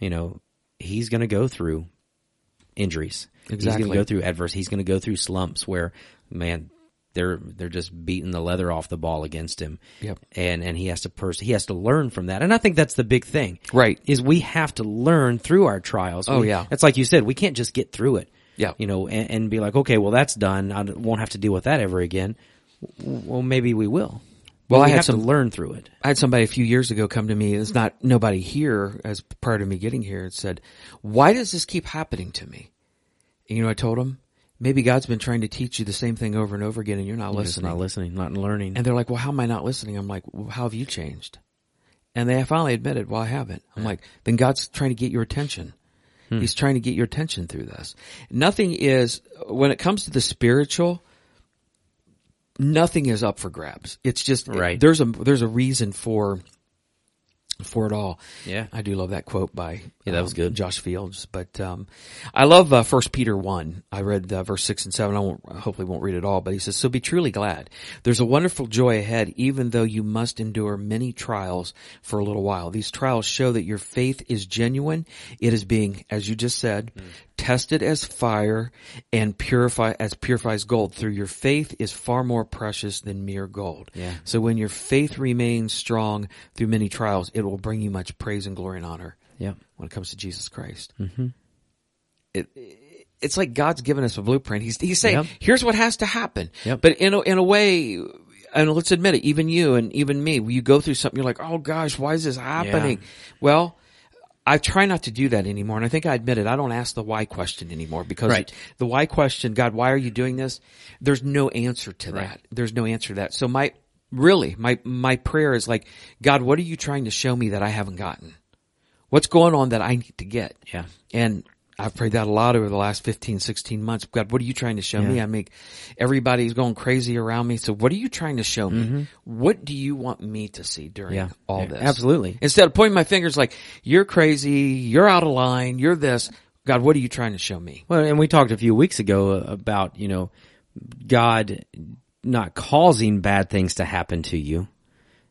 Speaker 1: You know, he's going to go through injuries. He's
Speaker 2: Exactly.
Speaker 1: going to go through adverse. He's going to go through slumps where, man, they're they're just beating the leather off the ball against him.
Speaker 2: Yep.
Speaker 1: And and he has to pers- he has to learn from that. And I think that's the big thing.
Speaker 2: Right.
Speaker 1: Is we have to learn through our trials. Oh
Speaker 2: yeah.
Speaker 1: That's like you said. We can't just get through it.
Speaker 2: Yeah.
Speaker 1: You know, and, and be like, okay, well that's done. I won't have to deal with that ever again. W- Well, maybe we will. But
Speaker 2: Well,
Speaker 1: we
Speaker 2: I had
Speaker 1: have
Speaker 2: some-
Speaker 1: to learn through it.
Speaker 2: I had somebody a few years ago come to me. It's not nobody here as prior to me getting here. And said, "Why does this keep happening to me?" And you know, I told him, "Maybe God's been trying to teach you the same thing over and over again, and you're not
Speaker 1: Just
Speaker 2: listening."
Speaker 1: not listening, not learning.
Speaker 2: And they're like, well, how am I not listening? I'm like, well, how have you changed? And they finally admitted, well, I haven't. I'm like, then God's trying to get your attention.
Speaker 1: Hmm.
Speaker 2: He's trying to get your attention through this. Nothing is, when it comes to the spiritual, nothing is up for grabs. It's just,
Speaker 1: Right.
Speaker 2: there's a, there's a reason for for it all.
Speaker 1: Yeah.
Speaker 2: I do love that quote by um,
Speaker 1: Yeah, that was good.
Speaker 2: Josh Fields. But um, I love uh, First Peter one. I read uh, verse six and seven. I won't, I hopefully won't read it all, but he says, "So be truly glad. There's a wonderful joy ahead, even though you must endure many trials for a little while. These trials show that your faith is genuine. It is being, as you just said, tested as fire and purify as purifies gold. Through your faith is far more precious than mere gold.
Speaker 1: Yeah.
Speaker 2: So when your faith remains strong through many trials, it will bring you much praise and glory and honor."
Speaker 1: Yeah.
Speaker 2: when it comes to Jesus Christ. Mm-hmm. It, it's like God's given us a blueprint. He's he's saying,
Speaker 1: Yep.
Speaker 2: "Here's what has to happen."
Speaker 1: Yep.
Speaker 2: But in a, in a way, and let's admit it, even you and even me, you go through something. You're like, "Oh gosh, why is this happening?" Well. I try not to do that anymore, and I think I admit it. I don't ask the why question anymore because
Speaker 1: Right.
Speaker 2: the why question, God, why are you doing this? There's no answer to
Speaker 1: Right.
Speaker 2: that. There's no answer to that. So my really my my prayer is like, God, what are you trying to show me that I haven't gotten? what's going on that I need to get?
Speaker 1: Yeah.
Speaker 2: And I've prayed that a lot over the last 15, 16 months. God, what are you trying to show me?
Speaker 1: Yeah.
Speaker 2: I make everybody's going crazy around me. So what are you trying to show me? What do you want me to see during
Speaker 1: Mm-hmm. Yeah.
Speaker 2: all
Speaker 1: Yeah.
Speaker 2: this?
Speaker 1: Absolutely.
Speaker 2: Instead of pointing my fingers like, you're crazy, you're out of line, you're this. God, what are you trying to show me?
Speaker 1: Well, and we talked a few weeks ago about, you know, God not causing bad things to happen to you.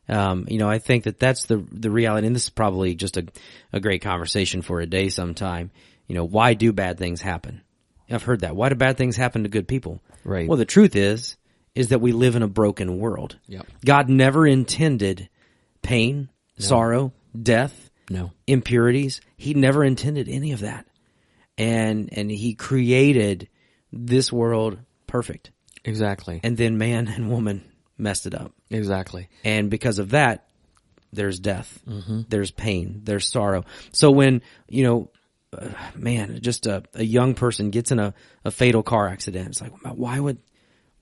Speaker 1: Um, you know, I think that that's the, the reality. And this is probably just a, a great conversation for a day sometime. You know, why do bad things happen? I've heard that. Why do bad things happen to good people?
Speaker 2: Right.
Speaker 1: Well, the truth is, is that we live in a broken world.
Speaker 2: Yep.
Speaker 1: God never intended pain, sorrow, death,
Speaker 2: No.
Speaker 1: impurities. He never intended any of that. And and he created this world perfect.
Speaker 2: Exactly.
Speaker 1: And then man and woman messed it up.
Speaker 2: Exactly.
Speaker 1: And because of that, there's death, there's pain, there's sorrow. So when, you know, uh, man, just a, a young person gets in a, a fatal car accident, it's like, why would,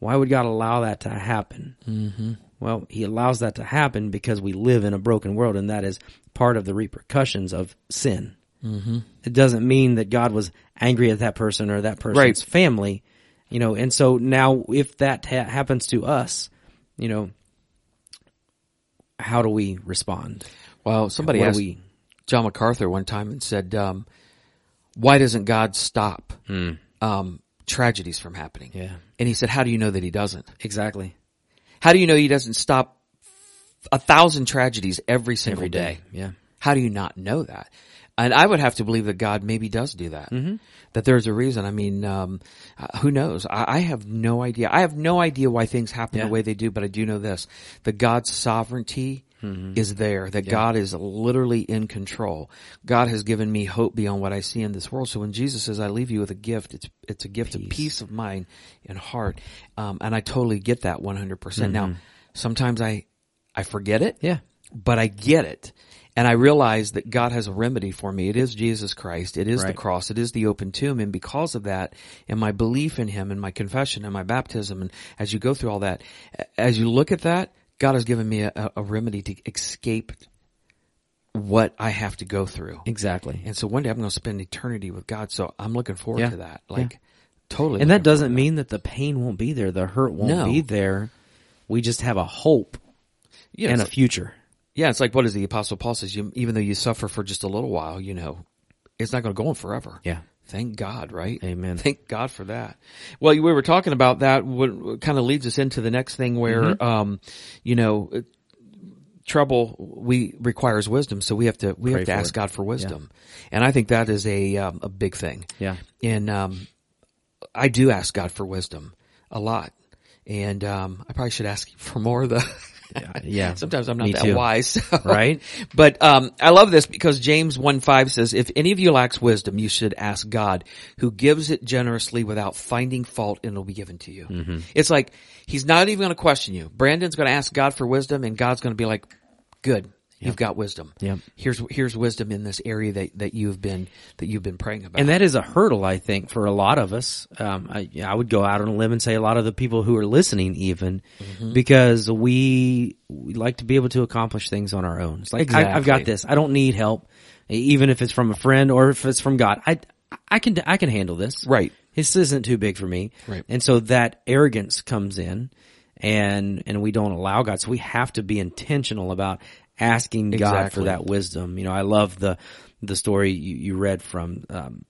Speaker 1: why would God allow that to happen? Mm-hmm. Well, he allows that to happen because we live in a broken world and that is part of the repercussions of sin. Mm-hmm. It doesn't mean that God was angry at that person or that person's
Speaker 2: Right.
Speaker 1: family, you know, and so now if that ha- happens to us, you know, how do we respond?
Speaker 2: Well, somebody
Speaker 1: What do
Speaker 2: asked
Speaker 1: we-
Speaker 2: John MacArthur one time and said, um, "Why doesn't God stop
Speaker 1: Hmm.
Speaker 2: um, tragedies from happening?"
Speaker 1: Yeah.
Speaker 2: and he said, "How do you know that He doesn't?
Speaker 1: Exactly.
Speaker 2: How do you know He doesn't stop a thousand tragedies every single day?
Speaker 1: Yeah.
Speaker 2: How do you not know that?" And I would have to believe that God maybe does do that. That there's a reason. I mean, um, uh, who knows? I, I have no idea. I have no idea why things happen
Speaker 1: Yeah.
Speaker 2: the way they do, but I do know this: that God's sovereignty is there. That God is literally in control. God has given me hope beyond what I see in this world. So when Jesus says, "I leave you with a gift," it's it's a gift of peace of mind and heart, um, and I totally get that one hundred percent. Now, sometimes I I forget it
Speaker 1: Yeah.
Speaker 2: but I get it. And I realize that God has a remedy for me. It is Jesus Christ. It is the
Speaker 1: Right.
Speaker 2: cross. It is the open tomb. And because of that, and my belief in Him, and my confession, and my baptism, and as you go through all that, a- as you look at that, God has given me a- a, a remedy to escape what I have to go through.
Speaker 1: Exactly.
Speaker 2: And so one day I'm going to spend eternity with God. So I'm looking forward
Speaker 1: Yeah.
Speaker 2: to that.
Speaker 1: Yeah.
Speaker 2: Like, totally.
Speaker 1: And that
Speaker 2: looking forward
Speaker 1: doesn't mean that the pain won't be there, the hurt won't
Speaker 2: No.
Speaker 1: be there. We just have a hope
Speaker 2: to- Yeah,
Speaker 1: and a
Speaker 2: it's
Speaker 1: future.
Speaker 2: Yeah, it's like what is the apostle Paul says? You, even though you suffer for just a little while, you know, it's not going to go on forever.
Speaker 1: Yeah.
Speaker 2: Thank God, right?
Speaker 1: Amen.
Speaker 2: Thank God for that. Well, you- we were talking about that. What kind of leads us into the next thing, where
Speaker 1: Mm-hmm.
Speaker 2: um, you know, it- trouble we requires wisdom, so we have to we
Speaker 1: Pray
Speaker 2: have to
Speaker 1: for
Speaker 2: ask
Speaker 1: it.
Speaker 2: God for wisdom, and I think that is a um, a big thing.
Speaker 1: Yeah.
Speaker 2: and um, I do ask God for wisdom a lot, and um, I probably should ask for more though.
Speaker 1: yeah.
Speaker 2: Sometimes I'm not
Speaker 1: Me
Speaker 2: that
Speaker 1: too.
Speaker 2: wise, so-
Speaker 1: Right?
Speaker 2: But um, I love this because James one five says, "If any of you lacks wisdom, you should ask God, who gives it generously without finding fault, and it'll be given to you."
Speaker 1: Mm-hmm.
Speaker 2: It's like He's not even going to question you. Brandon's going to ask God for wisdom, and God's going to be like, "Good." You've got wisdom.
Speaker 1: Yep.
Speaker 2: Here's here's wisdom in this area that, that you've been that you've been praying about.
Speaker 1: And that is a hurdle, I think, for a lot of us. Um, I, I would go out on a limb and say a lot of the people who are listening, even
Speaker 2: Mm-hmm.
Speaker 1: because we, we like to be able to accomplish things on our own. It's like I, I've
Speaker 2: Exactly.
Speaker 1: got this. I don't need help, even if it's from a friend or if it's from God. I, I can, I can handle this.
Speaker 2: Right.
Speaker 1: This isn't too big for me.
Speaker 2: Right.
Speaker 1: And so that arrogance comes in, and and we don't allow God. So we have to be intentional about asking God for
Speaker 2: Exactly.
Speaker 1: that wisdom. You know, I love the the story you, you read from um,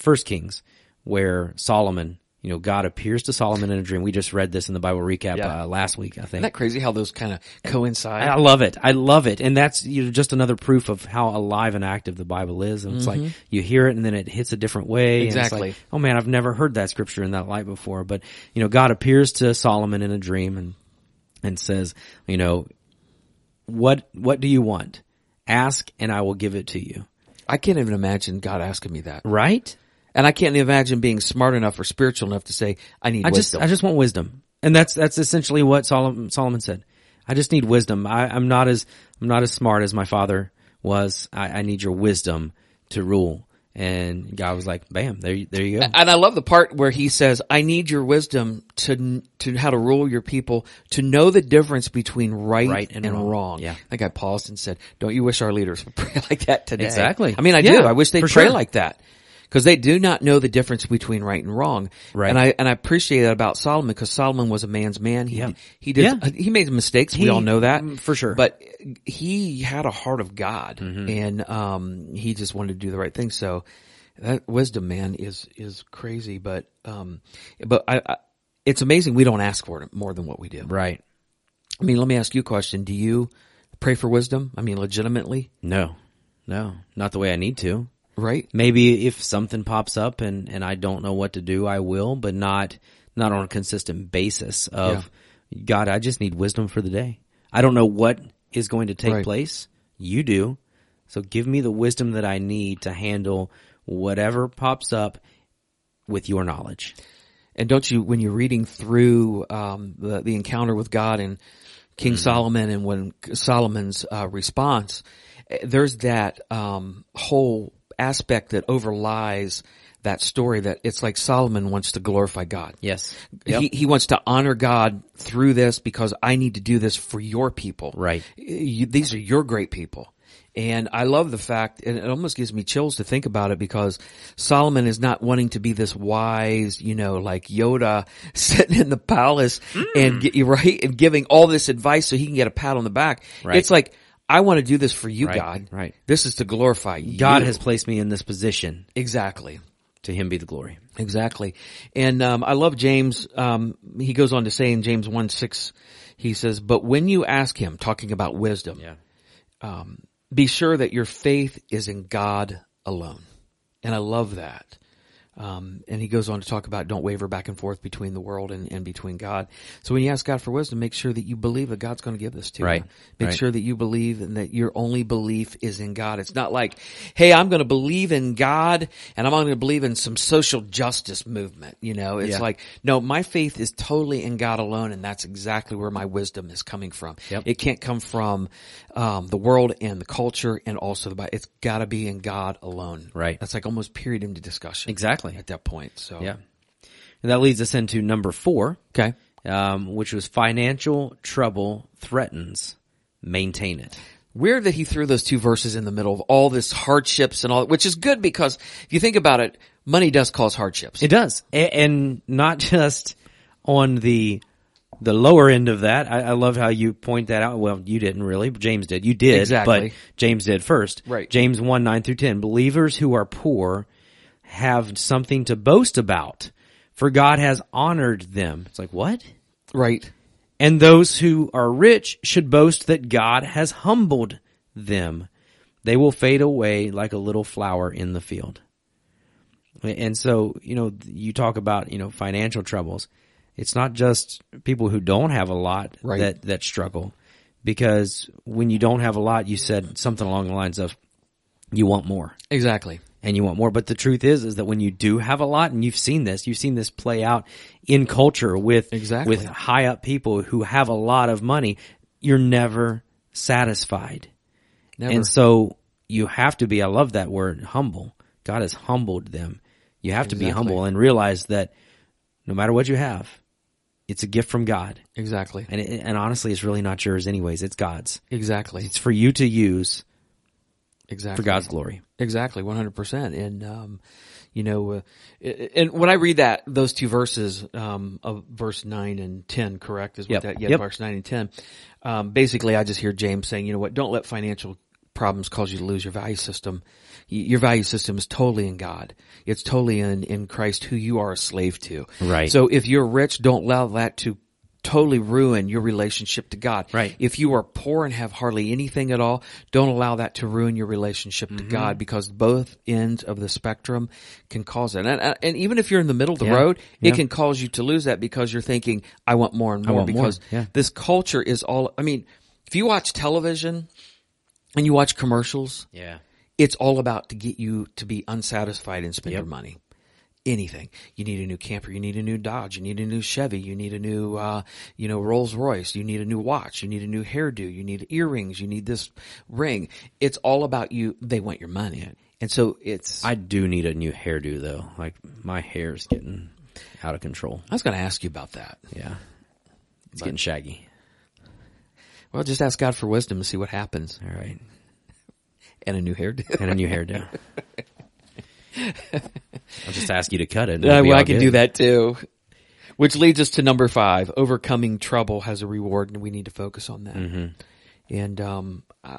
Speaker 1: First Kings where Solomon, you know, God appears to Solomon in a dream. We just read this in the Bible recap
Speaker 2: Yeah.
Speaker 1: uh, last week, I think.
Speaker 2: Isn't that crazy how those kind of coincide?
Speaker 1: I love it. I love it. And that's you know, just another proof of how alive and active the Bible is. And it's like you hear it and then it hits a different way. And it's like,
Speaker 2: Exactly.
Speaker 1: oh man, I've never heard that scripture in that light before. But you know, God appears to Solomon in a dream and, and says, you know, what, what do you want? Ask and I will give it to you.
Speaker 2: I can't even imagine God asking me that.
Speaker 1: Right?
Speaker 2: And I can't imagine being smart enough or spiritual enough to say, I need
Speaker 1: I just,
Speaker 2: wisdom.
Speaker 1: I just want wisdom. And that's, that's essentially what Solomon, Solomon said. I just need wisdom. I, I'm not as, I'm not as smart as my father was. I, I need your wisdom to rule. And God was like, bam, there, you- there you go.
Speaker 2: and I love the part where he says, I need your wisdom to, to how to rule your people, to know the difference between right,
Speaker 1: Right and wrong.
Speaker 2: wrong.
Speaker 1: Yeah.
Speaker 2: I think I paused and said, don't you wish our leaders would pray like that today?
Speaker 1: Exactly.
Speaker 2: I mean, I
Speaker 1: Yeah,
Speaker 2: do. I wish they'd
Speaker 1: for
Speaker 2: pray
Speaker 1: sure.
Speaker 2: like that because they do not know the difference between right and wrong.
Speaker 1: Right.
Speaker 2: And I, and I appreciate that about Solomon because Solomon was a man's man. He,
Speaker 1: Yeah.
Speaker 2: he did,
Speaker 1: Yeah.
Speaker 2: he made mistakes. we
Speaker 1: He-
Speaker 2: all know that
Speaker 1: mm, for sure.
Speaker 2: but he had a heart of God and, um, he just wanted to do the right thing. So that wisdom, man, is, is crazy, but, um, but I, I it's amazing we don't ask for it more than what we do.
Speaker 1: Right.
Speaker 2: I mean, let me ask you a question. Do you pray for wisdom? I mean, legitimately,
Speaker 1: No, no, not the way I need to.
Speaker 2: right?
Speaker 1: Maybe if something pops up and, and I don't know what to do, I will, but not, not on a consistent basis of God, I just need wisdom for the day. I don't know what is going to take
Speaker 2: Right.
Speaker 1: place. You do. So give me the wisdom that I need to handle whatever pops up with your knowledge.
Speaker 2: And don't you, when you're reading through um, the the encounter with God and King Solomon, and when Solomon's uh, response, eh, there's that um, whole aspect that overlies that story. That it's like Solomon wants to glorify God.
Speaker 1: Yes.
Speaker 2: He, he wants to honor God through this because I need to do this for your people.
Speaker 1: Right.
Speaker 2: You, these are your great people. And I love the fact, and it almost gives me chills to think about it because Solomon is not wanting to be this wise, you know, like Yoda sitting in the palace
Speaker 1: Mm.
Speaker 2: and get you right and giving all this advice so he can get a pat on the back.
Speaker 1: Right.
Speaker 2: It's like, I want to do this for you,
Speaker 1: Right,
Speaker 2: God.
Speaker 1: right.
Speaker 2: This is to glorify you.
Speaker 1: God has placed me in this position.
Speaker 2: Exactly.
Speaker 1: To him be the glory.
Speaker 2: Exactly. And um, I love James. Um, he goes on to say in James 1 6, he says, But when you ask him, talking about wisdom,
Speaker 1: Yeah.
Speaker 2: be sure that your faith is in God alone. And I love that. Um, and he goes on to talk about don't waver back and forth between the world and, and between God. So when you ask God for wisdom, make sure that you believe that God's going to give this to
Speaker 1: Right.
Speaker 2: you. Make
Speaker 1: Right.
Speaker 2: sure that you believe and that your only belief is in God. It's not like, hey, I'm going to believe in God and I'm going to believe in some social justice movement. You know, it's
Speaker 1: Yeah.
Speaker 2: like, no, my faith is totally in God alone and that's exactly where my wisdom is coming from.
Speaker 1: Yep.
Speaker 2: It can't come from um, the world and the culture and also the Bible. It's got to be in God alone.
Speaker 1: Right.
Speaker 2: That's like almost period into discussion.
Speaker 1: Exactly.
Speaker 2: At that point. So
Speaker 1: Yeah. And that leads us into number four.
Speaker 2: Okay.
Speaker 1: um, which was financial trouble threatens, maintain it.
Speaker 2: Weird that he threw those two verses in the middle of all this hardships and all, which is good because if you think about it, money does cause hardships.
Speaker 1: It does, A- and not just on the the lower end of that. I, I love how you point that out. Well, you didn't really. James did. You did,
Speaker 2: Exactly.
Speaker 1: but James did first.
Speaker 2: Right.
Speaker 1: James one nine through ten. Believers who are poor have something to boast about, for God has honored them. It's like what?
Speaker 2: right.
Speaker 1: And those who are rich should boast that God has humbled them. They will fade away like a little flower in the field. And so, you know, you talk about, you know, financial troubles. It's not just people who don't have a lot
Speaker 2: Right.
Speaker 1: that, that struggle because when you don't have a lot, you said something along the lines of you want more
Speaker 2: Exactly.
Speaker 1: and you want more. But the truth is, is that when you do have a lot, and you've seen this, you've seen this play out in culture with
Speaker 2: Exactly.
Speaker 1: with high up people who have a lot of money, you're never satisfied,
Speaker 2: Never.
Speaker 1: and so you have to be. I love that word, humble. God has humbled them. You have to be
Speaker 2: Exactly.
Speaker 1: humble and realize that no matter what you have, it's a gift from God,
Speaker 2: exactly.
Speaker 1: and it, and honestly, it's really not yours anyways. It's God's.
Speaker 2: Exactly.
Speaker 1: It's for you to use for
Speaker 2: Exactly.
Speaker 1: God's glory.
Speaker 2: Exactly, one hundred percent. And um, you know, uh, i- and when I read that those two verses um, of verse nine and ten, correct, is what
Speaker 1: Yep.
Speaker 2: that yeah,
Speaker 1: Yep.
Speaker 2: verse nine and ten. Um, basically, I just hear James saying, you know what, don't let financial problems cause you to lose your value system. Y- Your value system is totally in God. It's totally in, in Christ who you are a slave to.
Speaker 1: Right.
Speaker 2: So if you're rich, don't allow that to totally ruin your relationship to God.
Speaker 1: Right.
Speaker 2: If you are poor and have hardly anything at all, don't allow that to ruin your relationship
Speaker 1: Mm-hmm.
Speaker 2: to God because both ends of the spectrum can cause it. And, and- and even if you're in the middle of the road,
Speaker 1: Yeah.
Speaker 2: it can cause you to lose that because you're thinking, I want more and more
Speaker 1: want more.
Speaker 2: because
Speaker 1: Yeah.
Speaker 2: this culture is all, I mean, if you watch television and you watch commercials,
Speaker 1: Yeah.
Speaker 2: it's all about to get you to be unsatisfied and spend your money. Anything you need a new camper, you need a new Dodge, you need a new Chevy, you need a new, uh, you know, Rolls Royce, you need a new watch, you need a new hairdo, you need earrings, you need this ring. It's all about you. They want your money, and so it's. I,
Speaker 1: I do need a new hairdo though. Like my hair's getting out of control.
Speaker 2: was going to ask you about that.
Speaker 1: Yeah. It's getting shaggy.
Speaker 2: Well, just ask God for wisdom and see what happens,
Speaker 1: All right.
Speaker 2: and a new hairdo.
Speaker 1: And a new hairdo. I'll just ask you to cut it. and
Speaker 2: Uh,
Speaker 1: it'll be
Speaker 2: well, I
Speaker 1: all
Speaker 2: can
Speaker 1: good.
Speaker 2: do that too. Which leads us to number five: overcoming trouble has a reward, and we need to focus on that.
Speaker 1: Mm-hmm.
Speaker 2: And um, uh,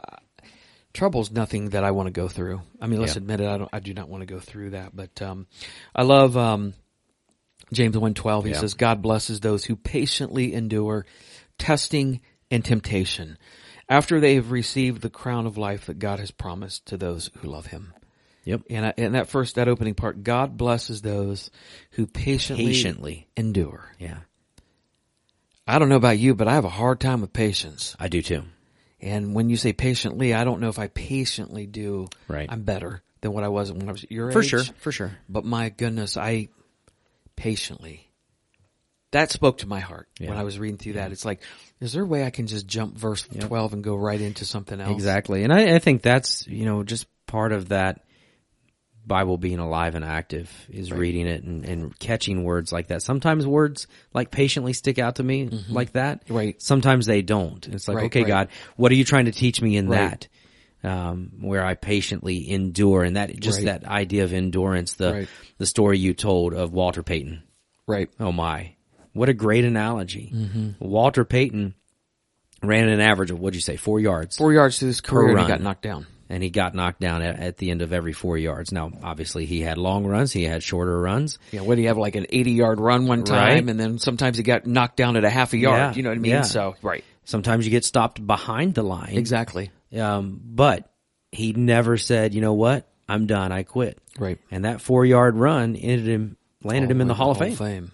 Speaker 2: trouble's nothing that I want to go through. I mean, let's
Speaker 1: Yeah.
Speaker 2: admit it; I don't, I do not want to go through that. But um, I love um, James one twelve. He
Speaker 1: Yeah.
Speaker 2: says, "God blesses those who patiently endure testing and temptation, after they have received the crown of life that God has promised to those who love Him."
Speaker 1: Yep.
Speaker 2: And I, and that first that opening part, God blesses those who patiently,
Speaker 1: Patiently.
Speaker 2: endure.
Speaker 1: Yeah.
Speaker 2: I don't know about you, but I have a hard time with patience.
Speaker 1: I do too.
Speaker 2: And when you say patiently, I don't know if I patiently do.
Speaker 1: Right.
Speaker 2: I'm better than what I was when I was your
Speaker 1: For
Speaker 2: age.
Speaker 1: sure. For sure.
Speaker 2: But my goodness, I patiently. That spoke to my heart when
Speaker 1: Yeah.
Speaker 2: I was reading through that. It's like, is there a way I can just jump verse twelve and go right into something else?
Speaker 1: Exactly. And I, I think that's, you know, just part of that Bible being alive and active is reading it and, and catching words like that. Sometimes words like patiently stick out to me like that.
Speaker 2: Mm-hmm. Right.
Speaker 1: Sometimes they don't. It's like,
Speaker 2: Right,
Speaker 1: okay,
Speaker 2: right.
Speaker 1: God, what are you trying to teach me in
Speaker 2: Right.
Speaker 1: that? Um, where I patiently endure and that, just
Speaker 2: Right.
Speaker 1: that idea of endurance, the,
Speaker 2: Right.
Speaker 1: the story you told of Walter Payton.
Speaker 2: Right.
Speaker 1: Oh my. What a great analogy.
Speaker 2: Mm-hmm.
Speaker 1: Walter Payton ran an average of, what'd you say, four yards?
Speaker 2: Four yards through this career, and he
Speaker 1: run.
Speaker 2: got knocked down.
Speaker 1: and he got knocked down at, at the end of every four yards. Now, obviously, he had long runs, he had shorter runs.
Speaker 2: Yeah, what do you have like an 80 yard run one time
Speaker 1: Right.
Speaker 2: and then sometimes he got knocked down at a half a yard,
Speaker 1: Yeah,
Speaker 2: you know what I mean?
Speaker 1: yeah.
Speaker 2: So, right.
Speaker 1: Sometimes you get stopped behind the line.
Speaker 2: Exactly.
Speaker 1: Um, but he never said, "You know what? I'm done. I quit."
Speaker 2: Right.
Speaker 1: And that four yard run ended him, landed him in the Hall of Fame.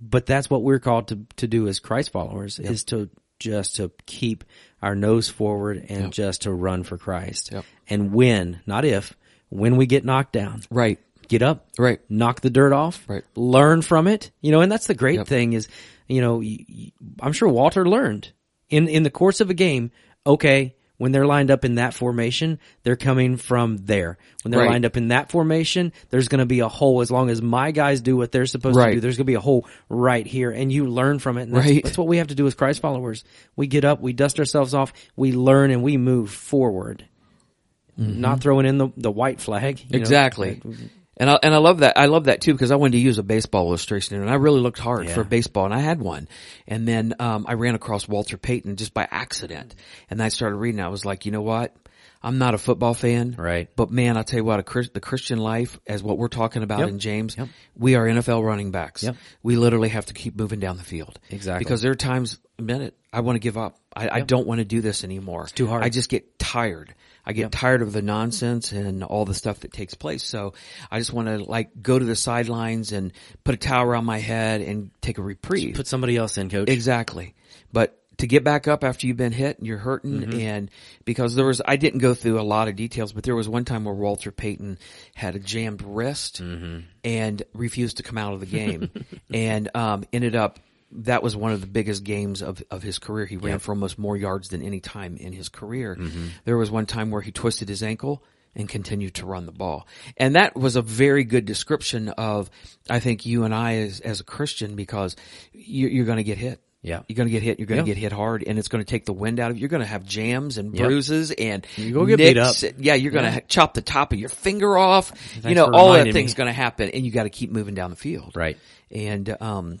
Speaker 1: But that's what we're called to to do as Christ followers is to just to keep our nose forward and just to run for Christ.
Speaker 2: Yep.
Speaker 1: And when, not if, when we get knocked down,
Speaker 2: Right.
Speaker 1: get up,
Speaker 2: Right.
Speaker 1: knock the dirt off,
Speaker 2: Right.
Speaker 1: learn from it, you know, and that's the great thing is, you know, y- y- I'm sure Walter learned in, in the course of a game, okay, when they're lined up in that formation, they're coming from there. When they're
Speaker 2: Right.
Speaker 1: lined up in that formation, there's going to be a hole. As long as my guys do what they're supposed
Speaker 2: Right.
Speaker 1: to do, there's going to be a hole right here and you learn from it. And that's,
Speaker 2: Right.
Speaker 1: that's what we have to do as Christ followers. We get up, we dust ourselves off, we learn and we move forward. Not throwing in the, the white flag. you know,
Speaker 2: Mm-hmm. Exactly. and I, and I love that. I love that too because I wanted to use a baseball illustration and I really looked hard for baseball and I had one. And then, um, I ran across Walter Payton just by accident and I started reading. I was like, you know what? I'm not a football fan.
Speaker 1: Right.
Speaker 2: But man, I'll tell you what, a Chris, the Christian life as what we're talking about
Speaker 1: Yep.
Speaker 2: in James,
Speaker 1: Yep.
Speaker 2: we are NFL running backs.
Speaker 1: Yep.
Speaker 2: We literally have to keep moving down the field.
Speaker 1: Exactly.
Speaker 2: Because there are times, a minute, I want to give up. I, I don't want to do this anymore. It's
Speaker 1: too hard.
Speaker 2: I just get tired. I get tired of the nonsense and all the stuff that takes place. So I just want to like go to the sidelines and put a towel around my head and take a reprieve.
Speaker 1: Put somebody else in, coach.
Speaker 2: Exactly. But to get back up after you've been hit and you're hurting and because there was, I didn't go through a lot of details, but there was one time where Walter Payton had a jammed wrist and refused to come out of the game and, um, ended up, that was one of the biggest games of, of his career. He ran for almost more yards than any time in his career. There was one time where he twisted his ankle and continued to run the ball. And that was a very good description of, I think you and I as, as a Christian, because you, you're going to get hit.
Speaker 1: Yeah.
Speaker 2: You're going to get hit. You're going to
Speaker 1: Yeah.
Speaker 2: get hit hard and it's going to take the wind out of you. You're going to have jams and bruises and you
Speaker 1: gonna get beat up.
Speaker 2: Yeah. You're going to chop the top of your finger off. you
Speaker 1: Thanks
Speaker 2: know,
Speaker 1: for
Speaker 2: all that
Speaker 1: reminding
Speaker 2: thing's
Speaker 1: me.
Speaker 2: going to happen and you got to keep moving down the field.
Speaker 1: Right.
Speaker 2: And, um,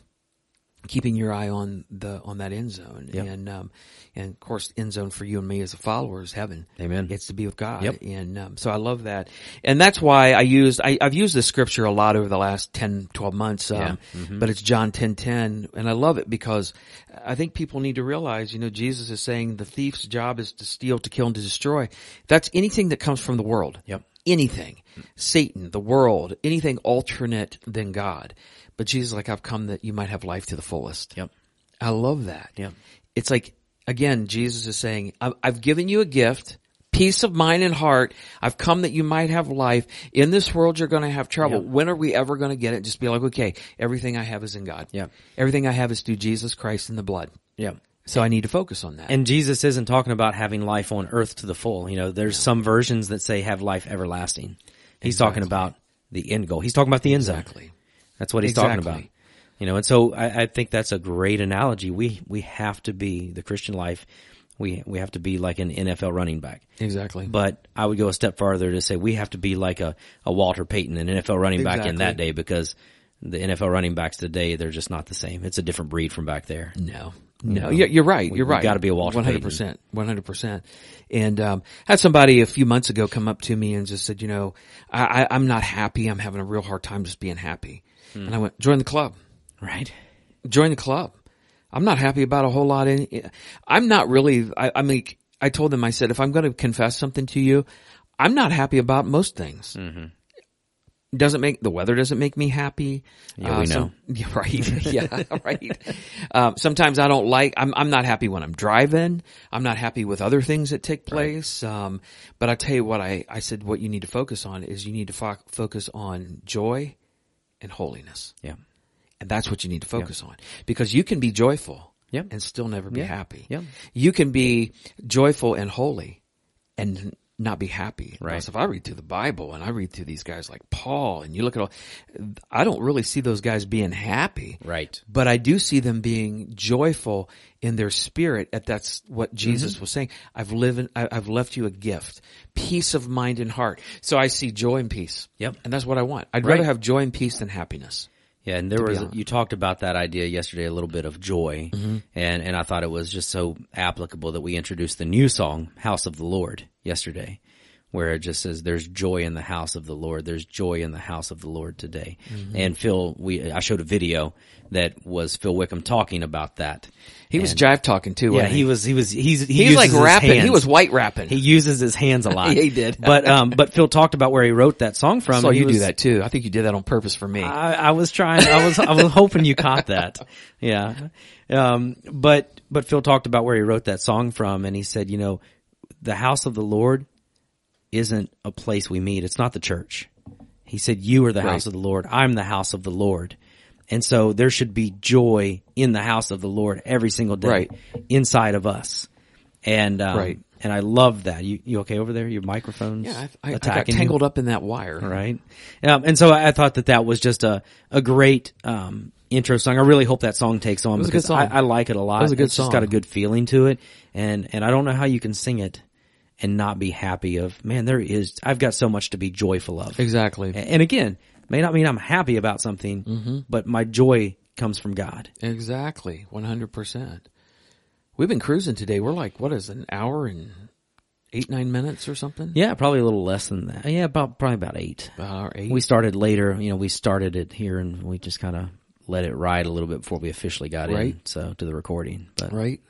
Speaker 2: keeping your eye on the on that end zone
Speaker 1: Yep.
Speaker 2: and um and of course end zone for you and me as a follower is heaven
Speaker 1: Amen.
Speaker 2: it's to be with god
Speaker 1: Yep.
Speaker 2: and um, so i love that and that's why i used I, i've used this scripture a lot over the last 10 12 months um,
Speaker 1: Yeah. Mm-hmm.
Speaker 2: but it's john ten ten, and i love it because i think people need to realize you know jesus is saying the thief's job is to steal to kill and to destroy that's anything that comes from the world
Speaker 1: Yep.
Speaker 2: anything satan the world anything alternate than god but jesus is like i've come that you might have life to the fullest
Speaker 1: Yep.
Speaker 2: i love that
Speaker 1: Yeah.
Speaker 2: it's like again jesus is saying "I- i've given you a gift peace of mind and heart i've come that you might have life in this world you're going to have trouble when are we ever going to get it just be like okay everything i have is in god
Speaker 1: Yeah.
Speaker 2: everything i have is through jesus christ and the blood
Speaker 1: Yep.
Speaker 2: so i need to focus on that
Speaker 1: And Jesus isn't talking about having life on earth to the full. You know, there's some versions that say have life everlasting. He's talking about the end goal. He's talking about the end zone.
Speaker 2: exactly
Speaker 1: That's what he's talking
Speaker 2: Exactly.
Speaker 1: about. You know, and so I, I think that's a great analogy. We we have to be the Christian life. We we have to be like an NFL running back.
Speaker 2: exactly
Speaker 1: But I would go a step farther to say we have to be like a, a Walter Payton, an NFL running back in
Speaker 2: Exactly.
Speaker 1: that day because the NFL running backs today, they're just not the same. It's a different breed from back there.
Speaker 2: No, no, you're, you're right. You're
Speaker 1: we
Speaker 2: right.
Speaker 1: gotta be a Walter
Speaker 2: One hundred percent, one hundred percent. And um, had somebody a few months ago come up to me and just said, you know, I, I, I'm not happy. I'm having a real hard time just being happy.
Speaker 1: Hmm.
Speaker 2: And I went, join the club.
Speaker 1: Right?
Speaker 2: Join the club. I'm not happy about a whole lot. In I'm not really. I, I mean, I told them. I said, if I'm going to confess something to you, I'm not happy about most things
Speaker 1: Mm-hmm.
Speaker 2: doesn't make the weather doesn't make me happy. Uh,
Speaker 1: Yeah, we
Speaker 2: some- yeah, right. Yeah, right. Um, sometimes I don't like. I'm I'm not happy when I'm driving. I'm not happy with other things that take place. Um, but I tell you what, I I said what you need to focus on is you need to fo- focus on joy and holiness,
Speaker 1: Yeah.
Speaker 2: and that's what you need to focus on because you can be joyful
Speaker 1: Yep.
Speaker 2: and still never be happy.
Speaker 1: Yeah.
Speaker 2: You can be joyful and holy and not be happy. Right. if I read through the Bible and I read through these guys like Paul and you look at all, I don't really see those guys being happy.
Speaker 1: Right.
Speaker 2: But I do see them being joyful in their spirit. At that's what
Speaker 1: Mm-hmm.
Speaker 2: Jesus was saying. I've lived, I- I've left you a gift, peace of mind and heart. So I see joy and peace.
Speaker 1: Yep.
Speaker 2: And that's what I want. I'd
Speaker 1: Right.
Speaker 2: rather have joy and peace than happiness.
Speaker 1: Yeah, and there was
Speaker 2: honest. Mm-hmm.
Speaker 1: you talked about that idea yesterday a little bit of joy, and and I thought it was just so applicable that we introduced the new song "House of the Lord" yesterday, where it just says "There's joy in the house of the Lord." There's joy in the house of the Lord today,
Speaker 2: Mm-hmm.
Speaker 1: and Phil, we I showed a video that was Phil Wickham talking about that.
Speaker 2: He was jive talking too.
Speaker 1: Yeah,
Speaker 2: wasn't
Speaker 1: he was he was he's he
Speaker 2: He's like
Speaker 1: uses his
Speaker 2: rapping. He
Speaker 1: hands.
Speaker 2: was white rapping.
Speaker 1: He uses his hands a lot.
Speaker 2: Yeah, he did.
Speaker 1: but um, but Phil talked about where he wrote that song from.
Speaker 2: saw
Speaker 1: He
Speaker 2: you do
Speaker 1: was-
Speaker 2: that too. I think you did that on purpose for me.
Speaker 1: I, I was trying. I was. I was hoping you caught that. Yeah. Um. But but Phil talked about where he wrote that song from, and he said, you know, the house of the Lord isn't a place we meet. It's not the church. He said, you are the house of the Lord. I'm the house of the Lord. And so there should be joy in the house of the Lord every single day
Speaker 2: Right.
Speaker 1: inside of us. And, um,
Speaker 2: Right.
Speaker 1: and I love that. You, you okay over there? Your microphone's
Speaker 2: yeah, I, I, I got
Speaker 1: attacking you?
Speaker 2: tangled up in that wire.
Speaker 1: right? Um, and so I thought that that was just a a great um, intro song. I really hope that song takes on
Speaker 2: was a
Speaker 1: because
Speaker 2: good song.
Speaker 1: I, I like it a lot.
Speaker 2: was a good
Speaker 1: it's just got a
Speaker 2: song.
Speaker 1: good feeling to it, and and I don't know how you can sing it and not be happy. Of man, there is I've got so much to be joyful of.
Speaker 2: Exactly.
Speaker 1: A- And again, may not mean I'm happy about something,
Speaker 2: Mm-hmm.
Speaker 1: but my joy comes from God.
Speaker 2: Exactly. 100%. We've been cruising today. We're like, what is it, an hour and eight, nine minutes or something?
Speaker 1: Yeah, probably a little less than that. Yeah, about probably about eight.
Speaker 2: About our eight.
Speaker 1: We started later, you know, we started it here and we just kind of let it ride a little bit before we officially got
Speaker 2: Right.
Speaker 1: in, so to the recording. But
Speaker 2: right.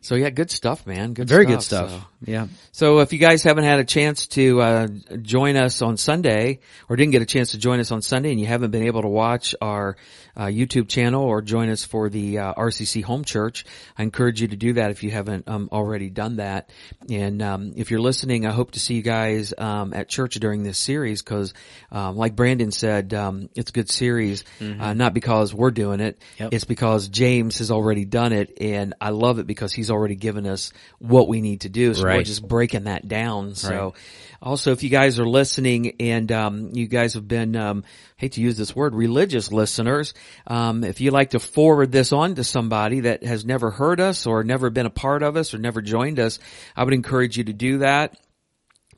Speaker 2: So yeah, good stuff, man. Good
Speaker 1: Very good
Speaker 2: stuff.
Speaker 1: stuff.
Speaker 2: So-
Speaker 1: Yeah.
Speaker 2: So if you guys haven't had a chance to uh, join us on Sunday, or didn't get a chance to join us on Sunday, and you haven't been able to watch our uh, YouTube channel or join us for the uh, RCC Home Church, I encourage you to do that if you haven't um, already done that. And um, if you're listening, I hope to see you guys um, at church during this series because, um, like Brandon said, um, it's a good series, uh, not because we're doing it.
Speaker 1: Mm-hmm. Yep.
Speaker 2: It's because James has already done it, and I love it because he's already given us what we need to do. So we're
Speaker 1: Right.
Speaker 2: just breaking that down. So,
Speaker 1: Right.
Speaker 2: also, if you guys are listening and um, you guys have been, um, hate to use this word, religious listeners, um, if you like to forward this on to somebody that has never heard us or never been a part of us or never joined us, I would encourage you to do that.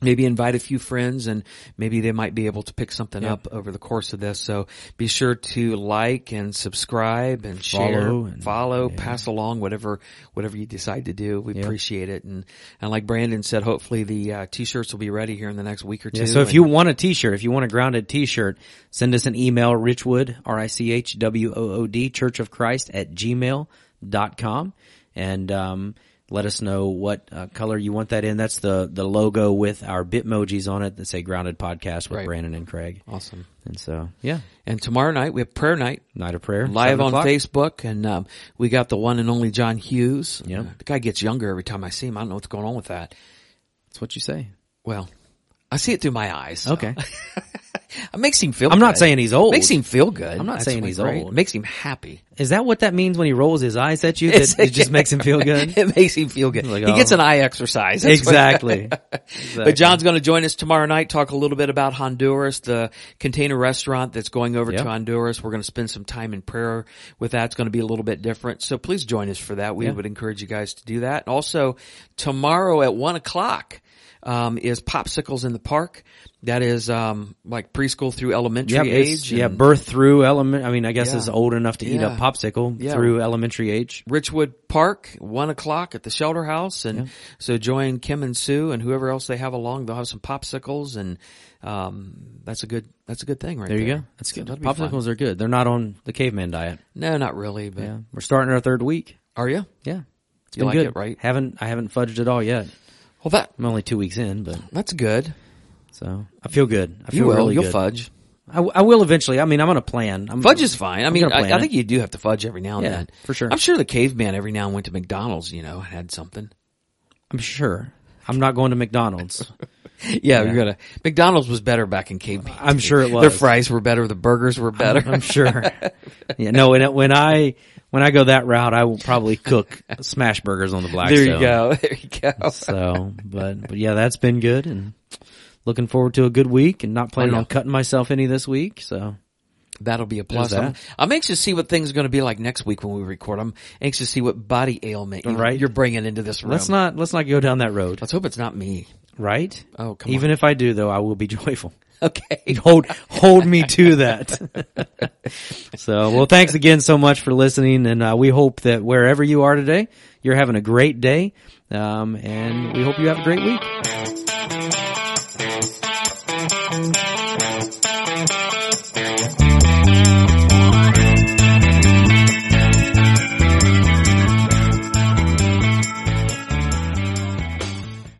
Speaker 2: maybe invite a few friends and maybe they might be able to pick something up over the course of this. So be sure to like and subscribe and
Speaker 1: Follow
Speaker 2: share,
Speaker 1: and-
Speaker 2: follow, pass along whatever, whatever you decide to do. We appreciate it. And, and like Brandon said, hopefully the uh, t-shirts will be ready here in the next week or two.
Speaker 1: Yeah, so if
Speaker 2: And-
Speaker 1: you want a t-shirt, if you want a grounded t-shirt, send us an email, richwood, R-I-C-H-W-O-O-D, church of Christ at gmail.com. And, um, let us know what uh, color you want that in. That's the, the logo with our bitmojis on it that say grounded podcast with
Speaker 2: Right.
Speaker 1: Brandon and Craig.
Speaker 2: awesome.
Speaker 1: And so, yeah,
Speaker 2: And tomorrow night we have prayer night.
Speaker 1: night of prayer.
Speaker 2: live
Speaker 1: 7
Speaker 2: on
Speaker 1: o'clock.
Speaker 2: Facebook, and um, we got the one and only John Hughes.
Speaker 1: Yep.
Speaker 2: Uh, the guy gets younger every time I see him. I don't know what's going on with that.
Speaker 1: That's what you say.
Speaker 2: Well, I see it through my eyes. so.
Speaker 1: Okay.
Speaker 2: it makes him feel.
Speaker 1: I'm not
Speaker 2: good.
Speaker 1: saying he's old.
Speaker 2: Makes him feel good.
Speaker 1: I'm not
Speaker 2: That's
Speaker 1: saying
Speaker 2: what's
Speaker 1: he's
Speaker 2: great.
Speaker 1: old.
Speaker 2: Makes him happy.
Speaker 1: Is that what that means when he rolls his eyes at you? That it just makes him feel good?
Speaker 2: it makes him feel good.
Speaker 1: Like,
Speaker 2: he
Speaker 1: oh.
Speaker 2: gets an eye exercise. That's what-
Speaker 1: exactly.
Speaker 2: But John's going to join us tomorrow night, talk a little bit about Honduras, the container restaurant that's going over
Speaker 1: Yeah.
Speaker 2: to Honduras. We're going to spend some time in prayer with that. It's going to be a little bit different. So please join us for that. We would encourage you guys to do that. Also, tomorrow at one o'clock, um, is Popsicles in the Park. That is, um, like preschool through elementary
Speaker 1: Yeah, it's-
Speaker 2: age.
Speaker 1: yeah,
Speaker 2: and-
Speaker 1: birth through element. I mean, I guess is old enough to eat a
Speaker 2: Yeah.
Speaker 1: popsicle
Speaker 2: Yeah.
Speaker 1: through elementary age.
Speaker 2: Richwood Park, one o'clock at the shelter house. And so join Kim and Sue and whoever else they have along. They'll have some popsicles and, um, that's a good, that's a good thing right there.
Speaker 1: There you go. That's good.
Speaker 2: that'd be
Speaker 1: Popsicles are good. They're not on the caveman diet.
Speaker 2: No, not really, but
Speaker 1: Yeah, we're starting our third week.
Speaker 2: are you?
Speaker 1: Yeah, it's
Speaker 2: You
Speaker 1: been
Speaker 2: like
Speaker 1: good.
Speaker 2: it, right?
Speaker 1: Haven't I haven't fudged it all yet.
Speaker 2: Well, that,
Speaker 1: I'm only two weeks in, but
Speaker 2: that's good.
Speaker 1: so I feel good. I feel
Speaker 2: You will.
Speaker 1: really
Speaker 2: You'll
Speaker 1: good.
Speaker 2: fudge.
Speaker 1: I, w- I will eventually. I mean, I'm on a plan. I'm,
Speaker 2: Fudge is fine. I mean,
Speaker 1: gonna
Speaker 2: I,
Speaker 1: plan
Speaker 2: I
Speaker 1: it.
Speaker 2: think you do have to fudge every now and
Speaker 1: Yeah,
Speaker 2: then.
Speaker 1: for sure.
Speaker 2: I'm sure the caveman every now and went to McDonald's, you know, and had something.
Speaker 1: I'm sure. I'm not going to McDonald's.
Speaker 2: Yeah, you're gonna, McDonald's was better back in caveman.
Speaker 1: I'm
Speaker 2: days.
Speaker 1: sure it was.
Speaker 2: Their fries were better. The burgers were better.
Speaker 1: I'm sure. yeah, no. When, it- when I when I go that route, I will probably cook smash burgers on the blackstone.
Speaker 2: there you go. There you go.
Speaker 1: So, but but yeah, that's been good, and looking forward to a good week, and not planning
Speaker 2: Oh, yeah.
Speaker 1: on cutting myself any this week. So,
Speaker 2: That'll be a plus.
Speaker 1: that.
Speaker 2: I'm, I'm anxious to see what things are going to be like next week when we record. I'm anxious to see what body ailment you,
Speaker 1: Right.
Speaker 2: you're bringing into this room.
Speaker 1: let's not let's not go down that road,
Speaker 2: Let's hope it's not me.
Speaker 1: right?
Speaker 2: Oh, come
Speaker 1: Even if I do, though, I will be joyful.
Speaker 2: Okay.
Speaker 1: Hold hold me to that. so, well, thanks again so much for listening, and uh, we hope that wherever you are today, you're having a great day, um, and we hope you have a great week.